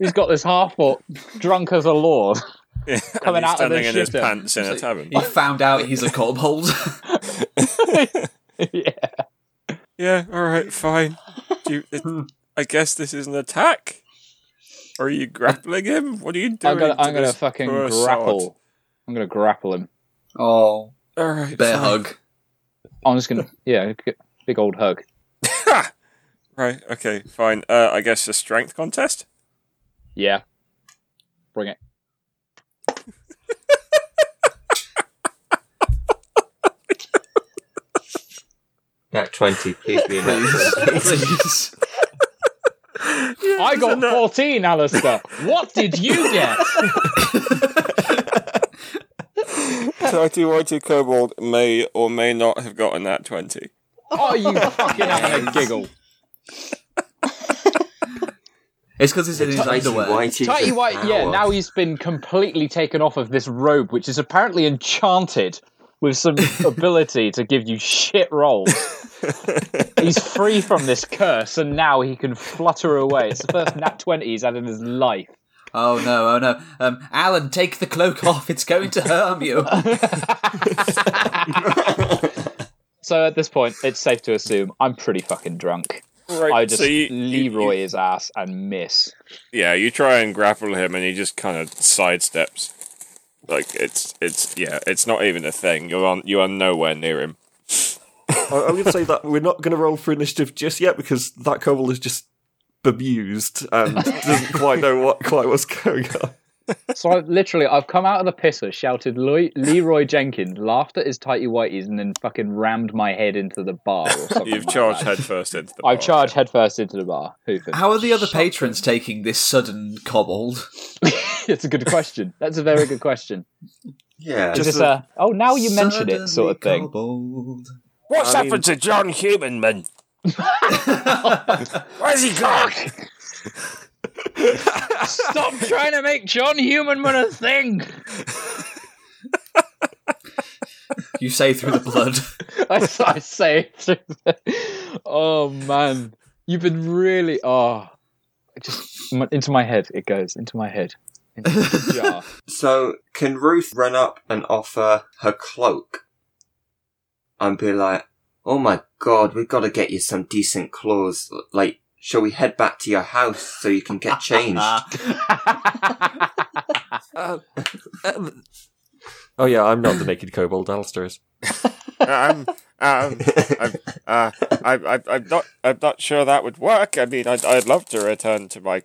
[SPEAKER 8] he's got this half orc drunk as a lord.
[SPEAKER 7] and
[SPEAKER 8] Coming
[SPEAKER 7] he's
[SPEAKER 8] out of the
[SPEAKER 7] standing in his
[SPEAKER 8] shitter.
[SPEAKER 7] pants in a tavern.
[SPEAKER 5] He found out he's a kobold.
[SPEAKER 8] yeah.
[SPEAKER 7] Yeah, all right, fine. Do you, it, I guess this is an attack. Are you grappling him? What are you doing?
[SPEAKER 8] I'm gonna,
[SPEAKER 7] to
[SPEAKER 8] I'm gonna
[SPEAKER 7] this
[SPEAKER 8] fucking
[SPEAKER 7] poor
[SPEAKER 8] grapple.
[SPEAKER 7] sod?
[SPEAKER 8] I'm gonna grapple him.
[SPEAKER 5] oh,
[SPEAKER 7] All right,
[SPEAKER 5] bear
[SPEAKER 7] fine.
[SPEAKER 5] hug.
[SPEAKER 8] I'm just gonna, yeah, g- big old hug.
[SPEAKER 7] Right, okay, fine. Uh, I guess a strength contest.
[SPEAKER 8] Yeah. Bring it.
[SPEAKER 3] Nat 20, please be a nat 20.
[SPEAKER 5] Please.
[SPEAKER 8] I got 14, Alistair. what did you get?
[SPEAKER 7] Thirty Whitey Kobold may or may not have gotten that twenty.
[SPEAKER 8] Oh, you fucking having a giggle.
[SPEAKER 5] It's because it's in his
[SPEAKER 3] Tighty
[SPEAKER 5] underwear.
[SPEAKER 3] whitey.
[SPEAKER 8] Tighty White, yeah, now he's been completely taken off of this robe, which is apparently enchanted with some ability to give you shit rolls. he's free from this curse, and now he can flutter away. It's the first nat 20 he's had in his life.
[SPEAKER 5] Oh no, oh no. Um, Alan, take the cloak off. It's going to harm you.
[SPEAKER 8] So at this point, it's safe to assume I'm pretty fucking drunk.
[SPEAKER 7] Right,
[SPEAKER 8] I just
[SPEAKER 7] so you, you-
[SPEAKER 8] Leroy his ass and miss.
[SPEAKER 7] yeah, you try and grapple him, and he just kind of sidesteps. Like it's it's yeah, it's not even a thing. You're on you are nowhere near him.
[SPEAKER 4] I- I'm going to say that we're not going to roll for initiative just yet because that kobold is just bemused and doesn't quite know what quite what's going on.
[SPEAKER 8] So I, literally, I've come out of the pisser, shouted Loy- Leroy Jenkins, laughed at his tighty whities, and then fucking rammed my head into the bar. Or something
[SPEAKER 7] You've
[SPEAKER 8] like
[SPEAKER 7] charged
[SPEAKER 8] that.
[SPEAKER 7] headfirst into the.
[SPEAKER 8] I've
[SPEAKER 7] bar.
[SPEAKER 8] charged headfirst into the bar. Hoofing.
[SPEAKER 5] How are the other patrons taking this sudden kobold?
[SPEAKER 8] It's a good question. That's a very good question.
[SPEAKER 3] Yeah.
[SPEAKER 8] Is this a oh now you mention it sort
[SPEAKER 5] Suddenly
[SPEAKER 8] of thing?
[SPEAKER 5] Kobold.
[SPEAKER 7] What's happened to John Humanman? Where's he gone?
[SPEAKER 8] Stop trying to make John Humanman a thing.
[SPEAKER 5] You say through the blood.
[SPEAKER 8] I, I say. Oh man, you've been really oh, just m- into my head it goes into my head. Into the jar.
[SPEAKER 3] So can Ruth run up and offer her cloak and be like, "Oh my god, we've got to get you some decent clothes. Like, shall we head back to your house so you can get changed?"
[SPEAKER 7] Uh,
[SPEAKER 4] Uh-huh. Um, um,
[SPEAKER 10] Oh yeah, I'm not the naked kobold. Alistair is.
[SPEAKER 7] um, um, I'm, uh, I'm, I'm, I'm not, I'm not sure that would work. I mean, I'd, I'd love to return to my,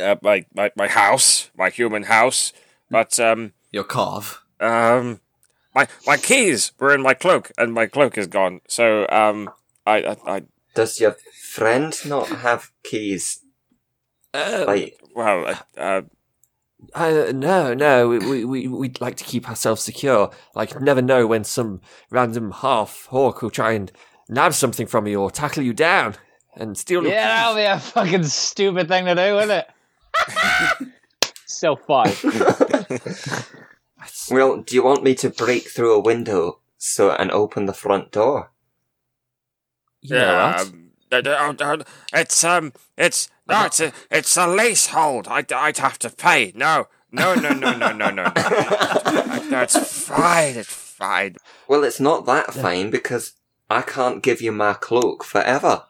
[SPEAKER 7] uh, my, my, my house, my human house, but um,
[SPEAKER 5] Your carve.
[SPEAKER 7] um, my, my keys were in my cloak, and my cloak is gone. So um, I, I, I
[SPEAKER 3] Does your friend not have keys? like,
[SPEAKER 7] well, uh, uh,
[SPEAKER 10] Uh, no, no, we, we, we, we'd like to keep ourselves secure. Like, never know when some random half hawk will try and nab something from you or tackle you down and steal your.
[SPEAKER 8] yeah, that'll be a fucking stupid thing to do, wouldn't it? Self five.
[SPEAKER 3] well, do you want me to break through a window so and open the front door?
[SPEAKER 10] You know that.
[SPEAKER 7] um, uh, uh, uh, uh, it's um, it's
[SPEAKER 10] Uh-huh.
[SPEAKER 7] no, it's a, it's a leasehold. I'd, I'd have to pay. No, no, oh, no, no, no, no, no. no, it's fine. It's fine.
[SPEAKER 3] Well, it's not that fine because I can't give you my cloak forever.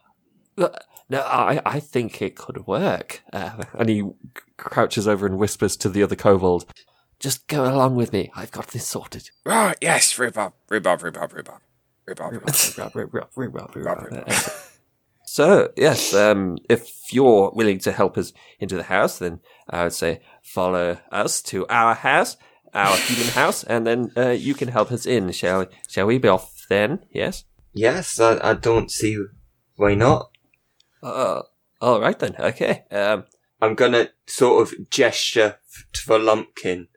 [SPEAKER 10] Look, No, I, I think it could work. Uh, and he crouches over and whispers to the other kobold, "Just go along with me. I've got this sorted."
[SPEAKER 7] Right, yes, rhubarb, rhubarb, rhubarb, rhubarb, rhubarb, rhubarb.
[SPEAKER 10] Rub, rub, rub, rub, rub,
[SPEAKER 7] Rub,
[SPEAKER 10] rub.
[SPEAKER 7] rub,
[SPEAKER 10] So yes, um, if you're willing to help us into the house, then I would say follow us to our house, our human house, and then uh, you can help us in. Shall shall we be off then? Yes.
[SPEAKER 3] Yes, I, I don't see why not.
[SPEAKER 10] Uh, all right then. Okay. Um,
[SPEAKER 3] I'm gonna sort of gesture f- for Lumpkin,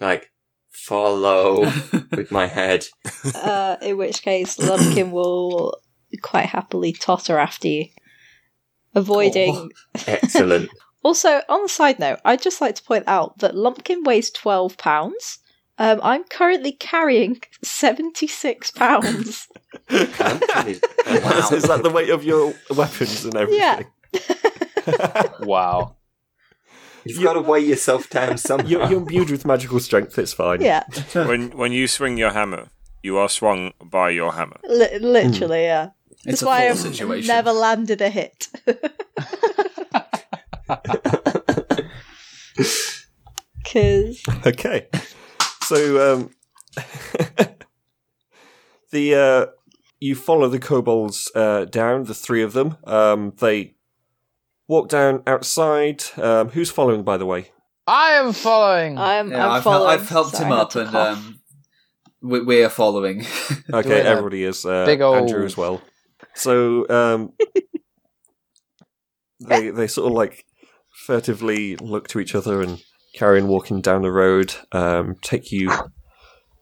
[SPEAKER 3] like follow with my head.
[SPEAKER 9] uh, in which case Lumpkin will quite happily totter after you, avoiding.
[SPEAKER 7] um.
[SPEAKER 3] Excellent.
[SPEAKER 9] Also, on the side note, I'd just like to point out that Lumpkin weighs twelve pounds. Um, I'm currently carrying seventy six pounds.
[SPEAKER 3] Lumpkin is-
[SPEAKER 10] is that the weight of your weapons and everything?
[SPEAKER 9] yeah,
[SPEAKER 8] Wow.
[SPEAKER 3] You've got to weigh yourself down somehow.
[SPEAKER 10] You're, you're imbued with magical strength. It's fine.
[SPEAKER 9] yeah,
[SPEAKER 7] when when you swing your hammer, you are swung by your hammer.
[SPEAKER 9] Li-
[SPEAKER 8] Hmm.
[SPEAKER 9] literally, yeah.
[SPEAKER 5] It's
[SPEAKER 9] That's
[SPEAKER 5] a
[SPEAKER 9] why
[SPEAKER 5] full
[SPEAKER 9] I've
[SPEAKER 5] situation.
[SPEAKER 9] never landed a hit. Because
[SPEAKER 10] okay. So um, the uh, you follow the kobolds uh, down, the three of them. Um, they walk down outside. Um, who's following, by the way?
[SPEAKER 8] I am following.
[SPEAKER 9] I'm,
[SPEAKER 5] Yeah,
[SPEAKER 9] I'm
[SPEAKER 5] I've, hel-
[SPEAKER 9] following.
[SPEAKER 5] I've helped
[SPEAKER 9] Sorry,
[SPEAKER 5] him
[SPEAKER 9] I had
[SPEAKER 5] up,
[SPEAKER 9] to
[SPEAKER 5] and
[SPEAKER 9] cough.
[SPEAKER 5] um, we, we are following.
[SPEAKER 10] Okay,
[SPEAKER 8] that.
[SPEAKER 10] everybody is. Uh,
[SPEAKER 8] Big ol'
[SPEAKER 10] Andrew as well. So um, they they sort of like furtively look to each other and carry on walking down the road. Um, take you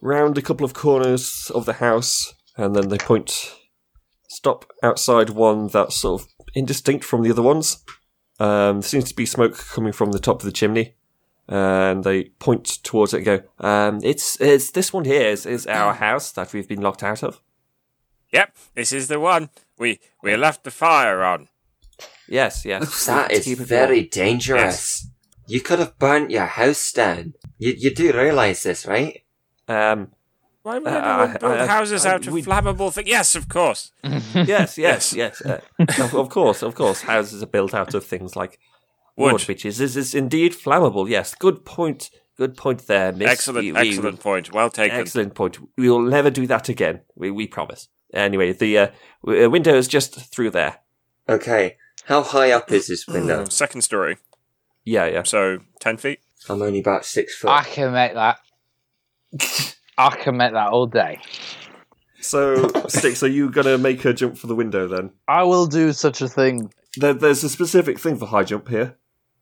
[SPEAKER 10] round a couple of corners of the house, and then they point stop outside one that's sort of indistinct from the other ones. Um, there seems to be smoke coming from the top of the chimney. And they point towards it and go, um, it's, it's this one here is, is our house that we've been locked out of.
[SPEAKER 7] Yep, this is the one. We we left the fire on.
[SPEAKER 10] Yes, yes.
[SPEAKER 3] That
[SPEAKER 10] To
[SPEAKER 3] is
[SPEAKER 10] keep it
[SPEAKER 3] very
[SPEAKER 10] warm.
[SPEAKER 3] dangerous. You could have burnt your house down. You you do realise this, right?
[SPEAKER 10] Um,
[SPEAKER 7] Why would
[SPEAKER 10] Uh,
[SPEAKER 7] everyone
[SPEAKER 10] I-
[SPEAKER 7] build
[SPEAKER 10] I-
[SPEAKER 7] houses
[SPEAKER 10] I-
[SPEAKER 7] out of
[SPEAKER 10] we-
[SPEAKER 7] flammable things? Yes, of course.
[SPEAKER 10] yes, yes, yes. Uh, of, of course, of course. Houses are built out of things like wood,
[SPEAKER 7] Wood.
[SPEAKER 10] which is, is, is indeed flammable. Yes, good point. Good point there, Miss.
[SPEAKER 7] Excellent,
[SPEAKER 10] We- we-
[SPEAKER 7] excellent point. Well taken.
[SPEAKER 10] Excellent point. We will never do that again. We, we promise. Anyway, the uh, w- uh, window is just through there.
[SPEAKER 3] Okay. How high up is this window?
[SPEAKER 7] Hmm. Second story.
[SPEAKER 10] Yeah, yeah.
[SPEAKER 7] So ten feet.
[SPEAKER 3] I'm only about six foot.
[SPEAKER 8] I can make that. I can make that all day.
[SPEAKER 10] So, Sticks, are you going to make her jump for the window then?
[SPEAKER 8] I will do such a thing.
[SPEAKER 10] There, there's a specific thing for high jump here.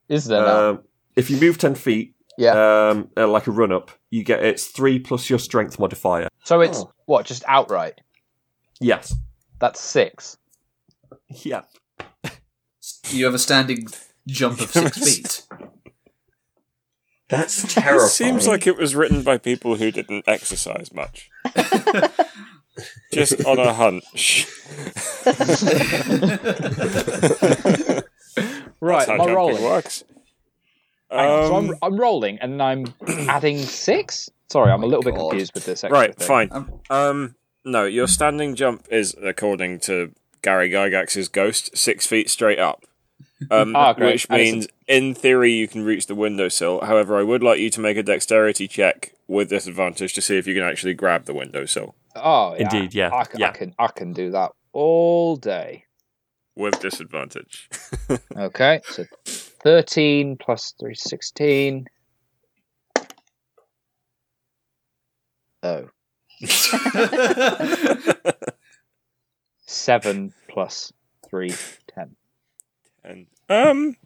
[SPEAKER 8] Is there? now?
[SPEAKER 10] Um, if you move 10 feet,
[SPEAKER 8] yeah.
[SPEAKER 10] um, uh, like a run up, you get it's three plus your strength modifier.
[SPEAKER 8] so it's
[SPEAKER 5] Oh.
[SPEAKER 8] what? Just outright.
[SPEAKER 10] Yes.
[SPEAKER 8] That's six.
[SPEAKER 10] Yeah.
[SPEAKER 5] you have a standing jump of six feet.
[SPEAKER 3] That's terrifying.
[SPEAKER 7] Seems like it was written by people who didn't exercise much. Just on a hunch.
[SPEAKER 8] Right,
[SPEAKER 7] That's how
[SPEAKER 8] am I
[SPEAKER 7] jumping
[SPEAKER 8] rolling?
[SPEAKER 7] works.
[SPEAKER 8] Hang on, so I'm,
[SPEAKER 7] Um,
[SPEAKER 8] I'm rolling and I'm adding six. Sorry, I'm a little bit
[SPEAKER 5] Oh God.
[SPEAKER 8] confused with this. Extra
[SPEAKER 7] Right,
[SPEAKER 8] thing.
[SPEAKER 7] fine.
[SPEAKER 5] Um,
[SPEAKER 7] Um, no, your standing jump is, according to Gary Gygax's ghost, six feet straight up. Um,
[SPEAKER 8] Ah, great.
[SPEAKER 7] which
[SPEAKER 8] Addison.
[SPEAKER 7] means, in theory, you can reach the windowsill. However, I would like you to make a dexterity check with disadvantage to see if you can actually grab the windowsill
[SPEAKER 8] Oh, yeah.
[SPEAKER 10] Indeed, yeah,
[SPEAKER 8] I, c- I
[SPEAKER 10] yeah.
[SPEAKER 8] can I can do that all day.
[SPEAKER 7] with disadvantage.
[SPEAKER 8] Okay, so 13 plus 3, 16. Oh, seven plus 3, 10.
[SPEAKER 7] And um,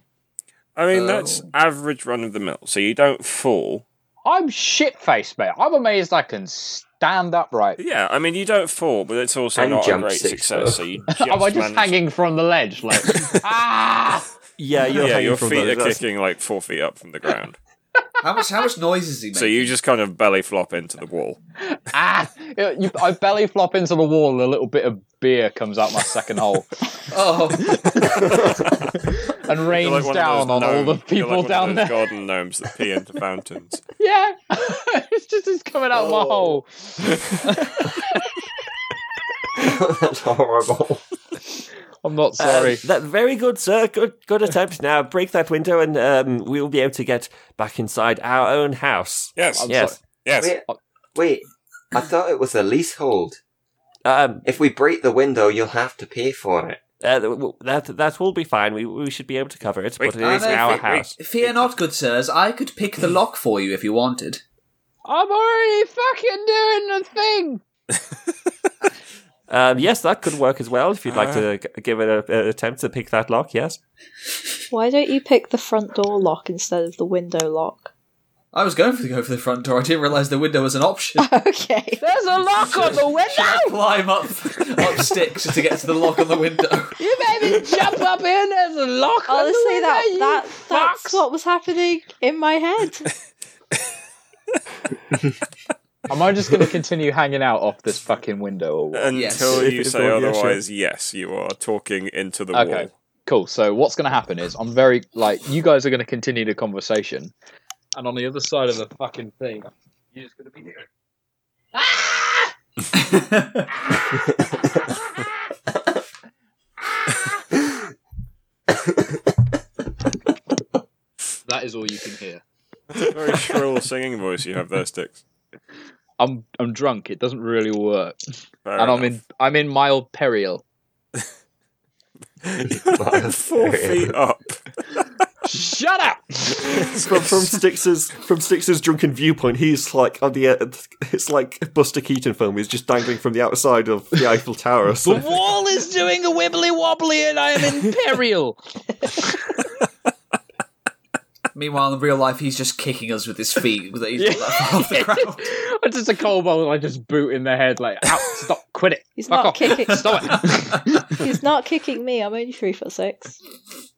[SPEAKER 7] I mean that's
[SPEAKER 5] Oh.
[SPEAKER 7] average run of the mill, so you don't fall.
[SPEAKER 8] I'm shit faced, mate. I'm amazed I can stand upright.
[SPEAKER 7] Yeah, I mean you don't fall, but it's also
[SPEAKER 3] And
[SPEAKER 7] not a
[SPEAKER 3] jump
[SPEAKER 7] great
[SPEAKER 3] six foot.
[SPEAKER 7] success. So you just
[SPEAKER 8] Am Oh, I just
[SPEAKER 7] manage-
[SPEAKER 8] hanging from the ledge? Like, ah!
[SPEAKER 10] Yeah, you're
[SPEAKER 7] Yeah,
[SPEAKER 10] hanging
[SPEAKER 7] your
[SPEAKER 10] from
[SPEAKER 7] feet
[SPEAKER 10] those,
[SPEAKER 7] are
[SPEAKER 10] that's-
[SPEAKER 7] kicking like four feet up from the ground,
[SPEAKER 5] how much? How much noise is he making?
[SPEAKER 7] so you just kind of belly flop into the wall.
[SPEAKER 8] Ah! You- you- I belly flop into the wall and a little bit of beer comes out my second hole
[SPEAKER 5] Oh,
[SPEAKER 8] and rains
[SPEAKER 7] You're like one of
[SPEAKER 8] down
[SPEAKER 7] those
[SPEAKER 8] on all
[SPEAKER 7] gnome-
[SPEAKER 8] the
[SPEAKER 7] you're like
[SPEAKER 8] people
[SPEAKER 7] one
[SPEAKER 8] down
[SPEAKER 7] of
[SPEAKER 8] there.
[SPEAKER 7] those Garden gnomes that pee into fountains.
[SPEAKER 8] Yeah, it's just it's coming out of my hole.
[SPEAKER 3] That's horrible.
[SPEAKER 8] I'm not sorry.
[SPEAKER 10] Um, that very good, sir. Good, good attempt. Now break that window, and um, we'll be able to get back inside our own house.
[SPEAKER 7] Yes,
[SPEAKER 8] I'm
[SPEAKER 10] yes. Oh.
[SPEAKER 7] yes.
[SPEAKER 3] Wait, wait, I thought it was a leasehold.
[SPEAKER 10] Um,
[SPEAKER 3] If we break the window, you'll have to pay for it.
[SPEAKER 10] uh, w- that that will be fine. We we should be able to cover it,
[SPEAKER 7] Wait,
[SPEAKER 10] but it
[SPEAKER 7] I
[SPEAKER 10] is
[SPEAKER 5] know,
[SPEAKER 10] our
[SPEAKER 5] wait,
[SPEAKER 7] wait.
[SPEAKER 10] house.
[SPEAKER 5] fear not, good sirs. I could pick the lock for you if you wanted.
[SPEAKER 8] I'm already fucking doing the thing.
[SPEAKER 10] Um, yes, that could work as well. If you'd like to g- give it a- an attempt to pick that lock, yes.
[SPEAKER 9] Why don't you pick the front door lock instead of the window lock?
[SPEAKER 5] I was going for the go for the front door. I didn't realise the window was an option.
[SPEAKER 9] okay.
[SPEAKER 8] There's a lock on the window.
[SPEAKER 5] Climb up up sticks to get to the lock on the window.
[SPEAKER 8] You made me jump up in. There's a lock on the
[SPEAKER 9] Honestly,
[SPEAKER 8] window.
[SPEAKER 9] that
[SPEAKER 8] you
[SPEAKER 9] that that's
[SPEAKER 8] fucks.
[SPEAKER 9] what was happening in my head.
[SPEAKER 8] Am I just going to continue hanging out off this fucking window? Or what?
[SPEAKER 7] Until
[SPEAKER 5] Yes.
[SPEAKER 10] If-
[SPEAKER 7] you
[SPEAKER 10] if
[SPEAKER 7] say
[SPEAKER 10] not, yeah, sure.
[SPEAKER 7] otherwise, yes, you are talking into the
[SPEAKER 8] Okay.
[SPEAKER 7] wall.
[SPEAKER 8] Cool. So what's going to happen is I'm very like you guys are going to continue the conversation, and on the other side of the fucking thing, you're just going to be here. Ah! That is all you can hear.
[SPEAKER 7] Very shrill singing voice you have there, Sticks.
[SPEAKER 8] I'm I'm drunk. It doesn't really work,
[SPEAKER 7] Fair
[SPEAKER 8] and
[SPEAKER 7] enough.
[SPEAKER 8] I'm in I'm in mild peril.
[SPEAKER 7] Like four feet up.
[SPEAKER 8] Shut up!
[SPEAKER 10] from from Stix's from Stix's drunken viewpoint, he's like on the uh, it's like Buster Keaton film. He's just dangling from the outside of the Eiffel Tower. Or
[SPEAKER 8] The
[SPEAKER 10] something.
[SPEAKER 8] wall is doing a wibbly wobbly, and I am in peril.
[SPEAKER 5] Meanwhile, in real life, he's just kicking us with his feet that he's not that far off the ground.
[SPEAKER 8] I'm just a cold bowl, and I just boot in the head like, "Out! Stop! Quit it!
[SPEAKER 9] He's
[SPEAKER 8] Fuck
[SPEAKER 9] not
[SPEAKER 8] off!
[SPEAKER 9] kicking.
[SPEAKER 8] Stop it!"
[SPEAKER 9] He's not kicking me. I'm only three foot six.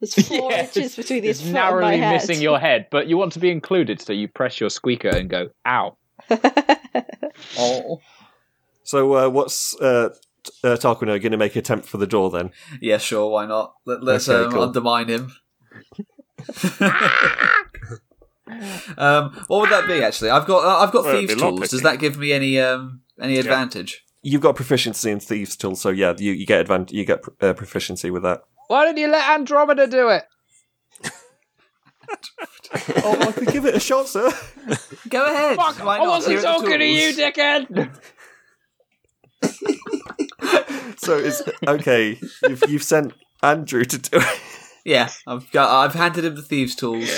[SPEAKER 9] There's four
[SPEAKER 8] Yeah,
[SPEAKER 9] inches between his
[SPEAKER 8] It's
[SPEAKER 9] foot and my
[SPEAKER 8] narrowly
[SPEAKER 9] head.
[SPEAKER 8] missing your head, but you want to be included, so you press your squeaker and go, "Ow!"
[SPEAKER 5] Oh,
[SPEAKER 10] So uh, what's uh, t- uh, Tarquino going to make attempt for the door then?
[SPEAKER 5] yeah, sure, why not? Let, let's
[SPEAKER 10] Okay,
[SPEAKER 5] um,
[SPEAKER 10] cool.
[SPEAKER 5] undermine him. um, what would that be? Actually, I've got I've got
[SPEAKER 7] Well, it'd
[SPEAKER 5] thieves
[SPEAKER 7] be lock
[SPEAKER 5] tools. Does
[SPEAKER 7] picking.
[SPEAKER 5] that give me any um any advantage?
[SPEAKER 10] You've got proficiency in thieves tool, so yeah, you, you get advan- you get pr- uh, proficiency with that.
[SPEAKER 8] Why did you let Andromeda do it?
[SPEAKER 10] Oh, I could give it a shot, sir.
[SPEAKER 5] Go ahead.
[SPEAKER 8] Fuck!
[SPEAKER 5] why
[SPEAKER 8] I
[SPEAKER 5] not? Here
[SPEAKER 8] wasn't
[SPEAKER 5] are the
[SPEAKER 8] talking to you,
[SPEAKER 5] tools.
[SPEAKER 8] dickhead.
[SPEAKER 10] So it's okay. You've you've sent Andrew to do it.
[SPEAKER 5] Yeah, I've got, I've handed him the thieves tools.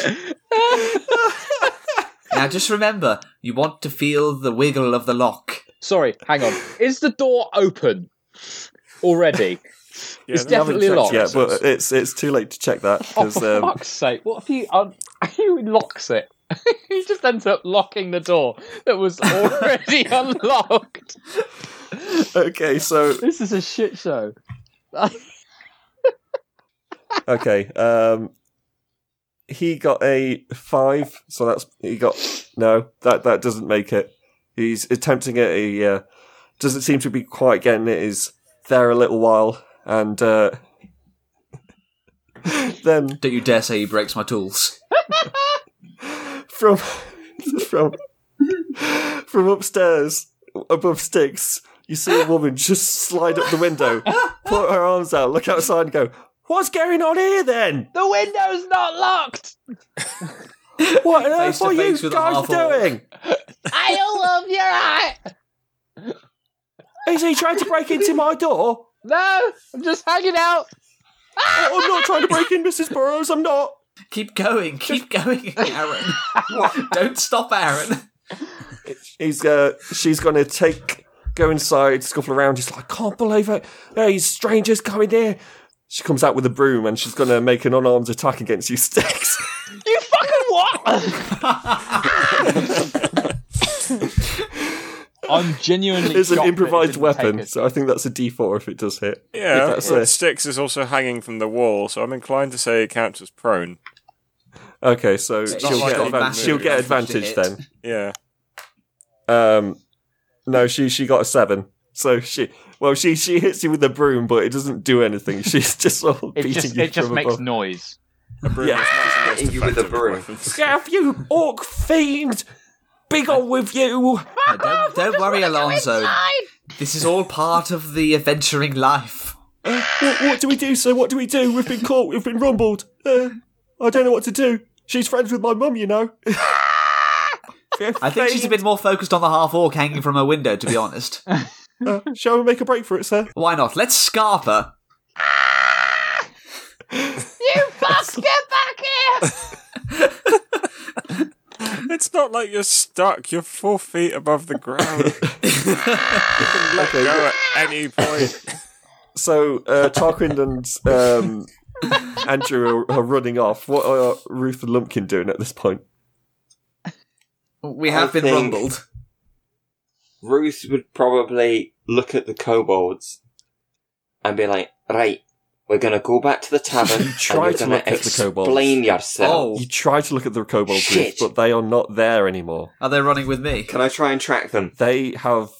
[SPEAKER 5] now just remember, you want to feel the wiggle of the lock.
[SPEAKER 8] Sorry, hang on. Is the door open already?
[SPEAKER 7] Yeah,
[SPEAKER 8] it's
[SPEAKER 7] they haven't
[SPEAKER 8] definitely
[SPEAKER 7] checked
[SPEAKER 8] locked.
[SPEAKER 10] Yeah, but it's it's too late to check that
[SPEAKER 8] Oh,
[SPEAKER 10] because
[SPEAKER 8] for
[SPEAKER 10] um,
[SPEAKER 8] fuck's sake! What if you un- you locks it? he just ends up locking the door that was already unlocked.
[SPEAKER 4] Uh,
[SPEAKER 10] okay, so
[SPEAKER 8] This is a shit show.
[SPEAKER 10] Okay. Um, he got a five, so that's he got no. That that doesn't make it. He's attempting at a uh,
[SPEAKER 4] doesn't seem to be quite getting it. Is there a little while, and uh, then
[SPEAKER 5] Don't you dare say he breaks my tools.
[SPEAKER 4] from from from upstairs above sticks, you see a woman just slide up the window, put her arms out, look outside, and go, "What's going on here? Then
[SPEAKER 8] The window's not locked.
[SPEAKER 4] what on
[SPEAKER 5] Face
[SPEAKER 4] earth
[SPEAKER 5] to
[SPEAKER 4] are
[SPEAKER 5] face
[SPEAKER 4] you
[SPEAKER 5] with a
[SPEAKER 4] guys
[SPEAKER 5] half orc."
[SPEAKER 4] doing?
[SPEAKER 8] I love your eye.
[SPEAKER 4] Is he trying to break into my door?
[SPEAKER 8] No, I'm just hanging out.
[SPEAKER 4] Oh, I'm not trying to break in, Mrs. Burrows. I'm not."
[SPEAKER 5] Keep going, keep going, Aaron. Don't stop, Aaron.
[SPEAKER 4] He's uh, she's gonna take go inside, scuffle around. He's like, can't believe it. These strangers coming here. She comes out with a broom and she's gonna make an unarmed attack against you, Sticks.
[SPEAKER 8] You fucking what? I'm genuinely.
[SPEAKER 4] it's an
[SPEAKER 8] shocked that it
[SPEAKER 4] improvised
[SPEAKER 8] didn't
[SPEAKER 4] weapon,
[SPEAKER 8] take us.
[SPEAKER 4] so I think that's a D4 if it does hit.
[SPEAKER 7] Yeah,
[SPEAKER 4] If that's
[SPEAKER 7] but
[SPEAKER 4] it.
[SPEAKER 7] Styx is also hanging from the wall, so I'm inclined to say it counts as prone.
[SPEAKER 4] Okay, so
[SPEAKER 5] not
[SPEAKER 4] she'll
[SPEAKER 5] like
[SPEAKER 4] get,
[SPEAKER 5] a
[SPEAKER 4] advan-
[SPEAKER 5] massive
[SPEAKER 4] she'll get
[SPEAKER 5] advantage to
[SPEAKER 4] advantage
[SPEAKER 5] hit.
[SPEAKER 4] then.
[SPEAKER 7] Yeah.
[SPEAKER 4] Um, no, she she got a seven. So she well she she hits you with the broom, but it doesn't do anything. She's just all
[SPEAKER 8] It
[SPEAKER 4] beating
[SPEAKER 8] just
[SPEAKER 4] you
[SPEAKER 8] it just
[SPEAKER 4] from
[SPEAKER 8] makes
[SPEAKER 4] above.
[SPEAKER 8] noise.
[SPEAKER 7] A broom
[SPEAKER 4] Yeah.
[SPEAKER 7] is
[SPEAKER 3] Hitting you with a broom.
[SPEAKER 4] Gaff, you orc fiend! Big on with you!
[SPEAKER 5] No, Uh, don't, don't worry, Alonso. This is all part of the adventuring life.
[SPEAKER 4] What, what do we do, sir? What do we do? We've been caught. We've been rumbled. Uh, I don't know what to do. She's friends with my mum, you know.
[SPEAKER 5] I think she's a bit more focused on the half orc hanging from her window, to be honest.
[SPEAKER 4] Uh, shall we make a break for it, sir?
[SPEAKER 5] Why not? Let's scarf her.
[SPEAKER 8] You fucks, get back here!
[SPEAKER 7] It's not like you're stuck. You're four feet above the ground. you can let go at any point.
[SPEAKER 4] So uh, Tarquin and um, Andrew are, are running off. What are Ruth and Lumpkin doing at this point?
[SPEAKER 5] We have
[SPEAKER 3] I
[SPEAKER 5] been
[SPEAKER 3] think-
[SPEAKER 5] rumbled.
[SPEAKER 3] Ruth would probably look at the kobolds and be like, right, we're going to go back to the tavern
[SPEAKER 4] You
[SPEAKER 3] and
[SPEAKER 4] tried to
[SPEAKER 3] you're going
[SPEAKER 4] look
[SPEAKER 3] to
[SPEAKER 4] at the kobolds.
[SPEAKER 3] explain yourself.
[SPEAKER 5] Oh,
[SPEAKER 4] You try to look at the kobolds, Ruth,
[SPEAKER 3] Shit.
[SPEAKER 4] but they are not there anymore.
[SPEAKER 5] are they running with me?
[SPEAKER 3] Can I try and track them?
[SPEAKER 4] They have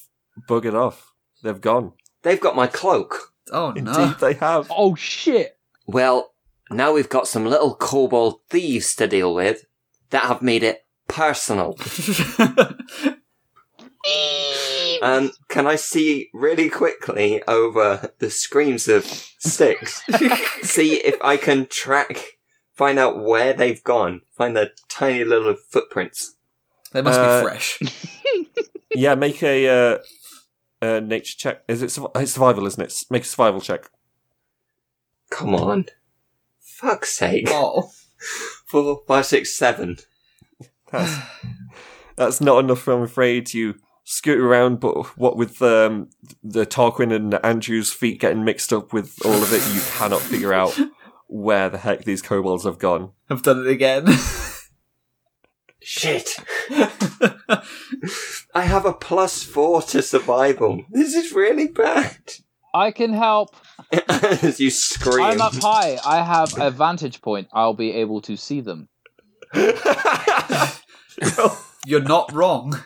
[SPEAKER 4] buggered off. They've gone.
[SPEAKER 3] They've got my cloak.
[SPEAKER 5] Oh
[SPEAKER 4] Indeed,
[SPEAKER 5] no.
[SPEAKER 4] they have.
[SPEAKER 8] Oh shit!
[SPEAKER 3] Well, now we've got some little kobold thieves to deal with that have made it personal. Um, can I see really quickly over the screams of sticks? see if I can track, find out where they've gone, find their tiny little footprints.
[SPEAKER 5] they must
[SPEAKER 4] Uh,
[SPEAKER 5] be fresh.
[SPEAKER 4] yeah, make a, uh, a nature check. Is it survi- it's survival, isn't it? Make a survival check.
[SPEAKER 3] Come on. Fuck's sake.
[SPEAKER 5] Oh,
[SPEAKER 3] Four, five, six, seven.
[SPEAKER 4] That's, that's not enough, I'm afraid. You scoot around, but what with um, the Tarquin and Andrew's feet getting mixed up with all of it, you cannot figure out where the heck these kobolds have gone.
[SPEAKER 5] I've done it again.
[SPEAKER 3] Shit. I have a plus four to survival. This is really bad.
[SPEAKER 8] I can help.
[SPEAKER 3] As you scream.
[SPEAKER 8] I'm up high. I have a vantage point. I'll be able to see them.
[SPEAKER 5] You're not wrong.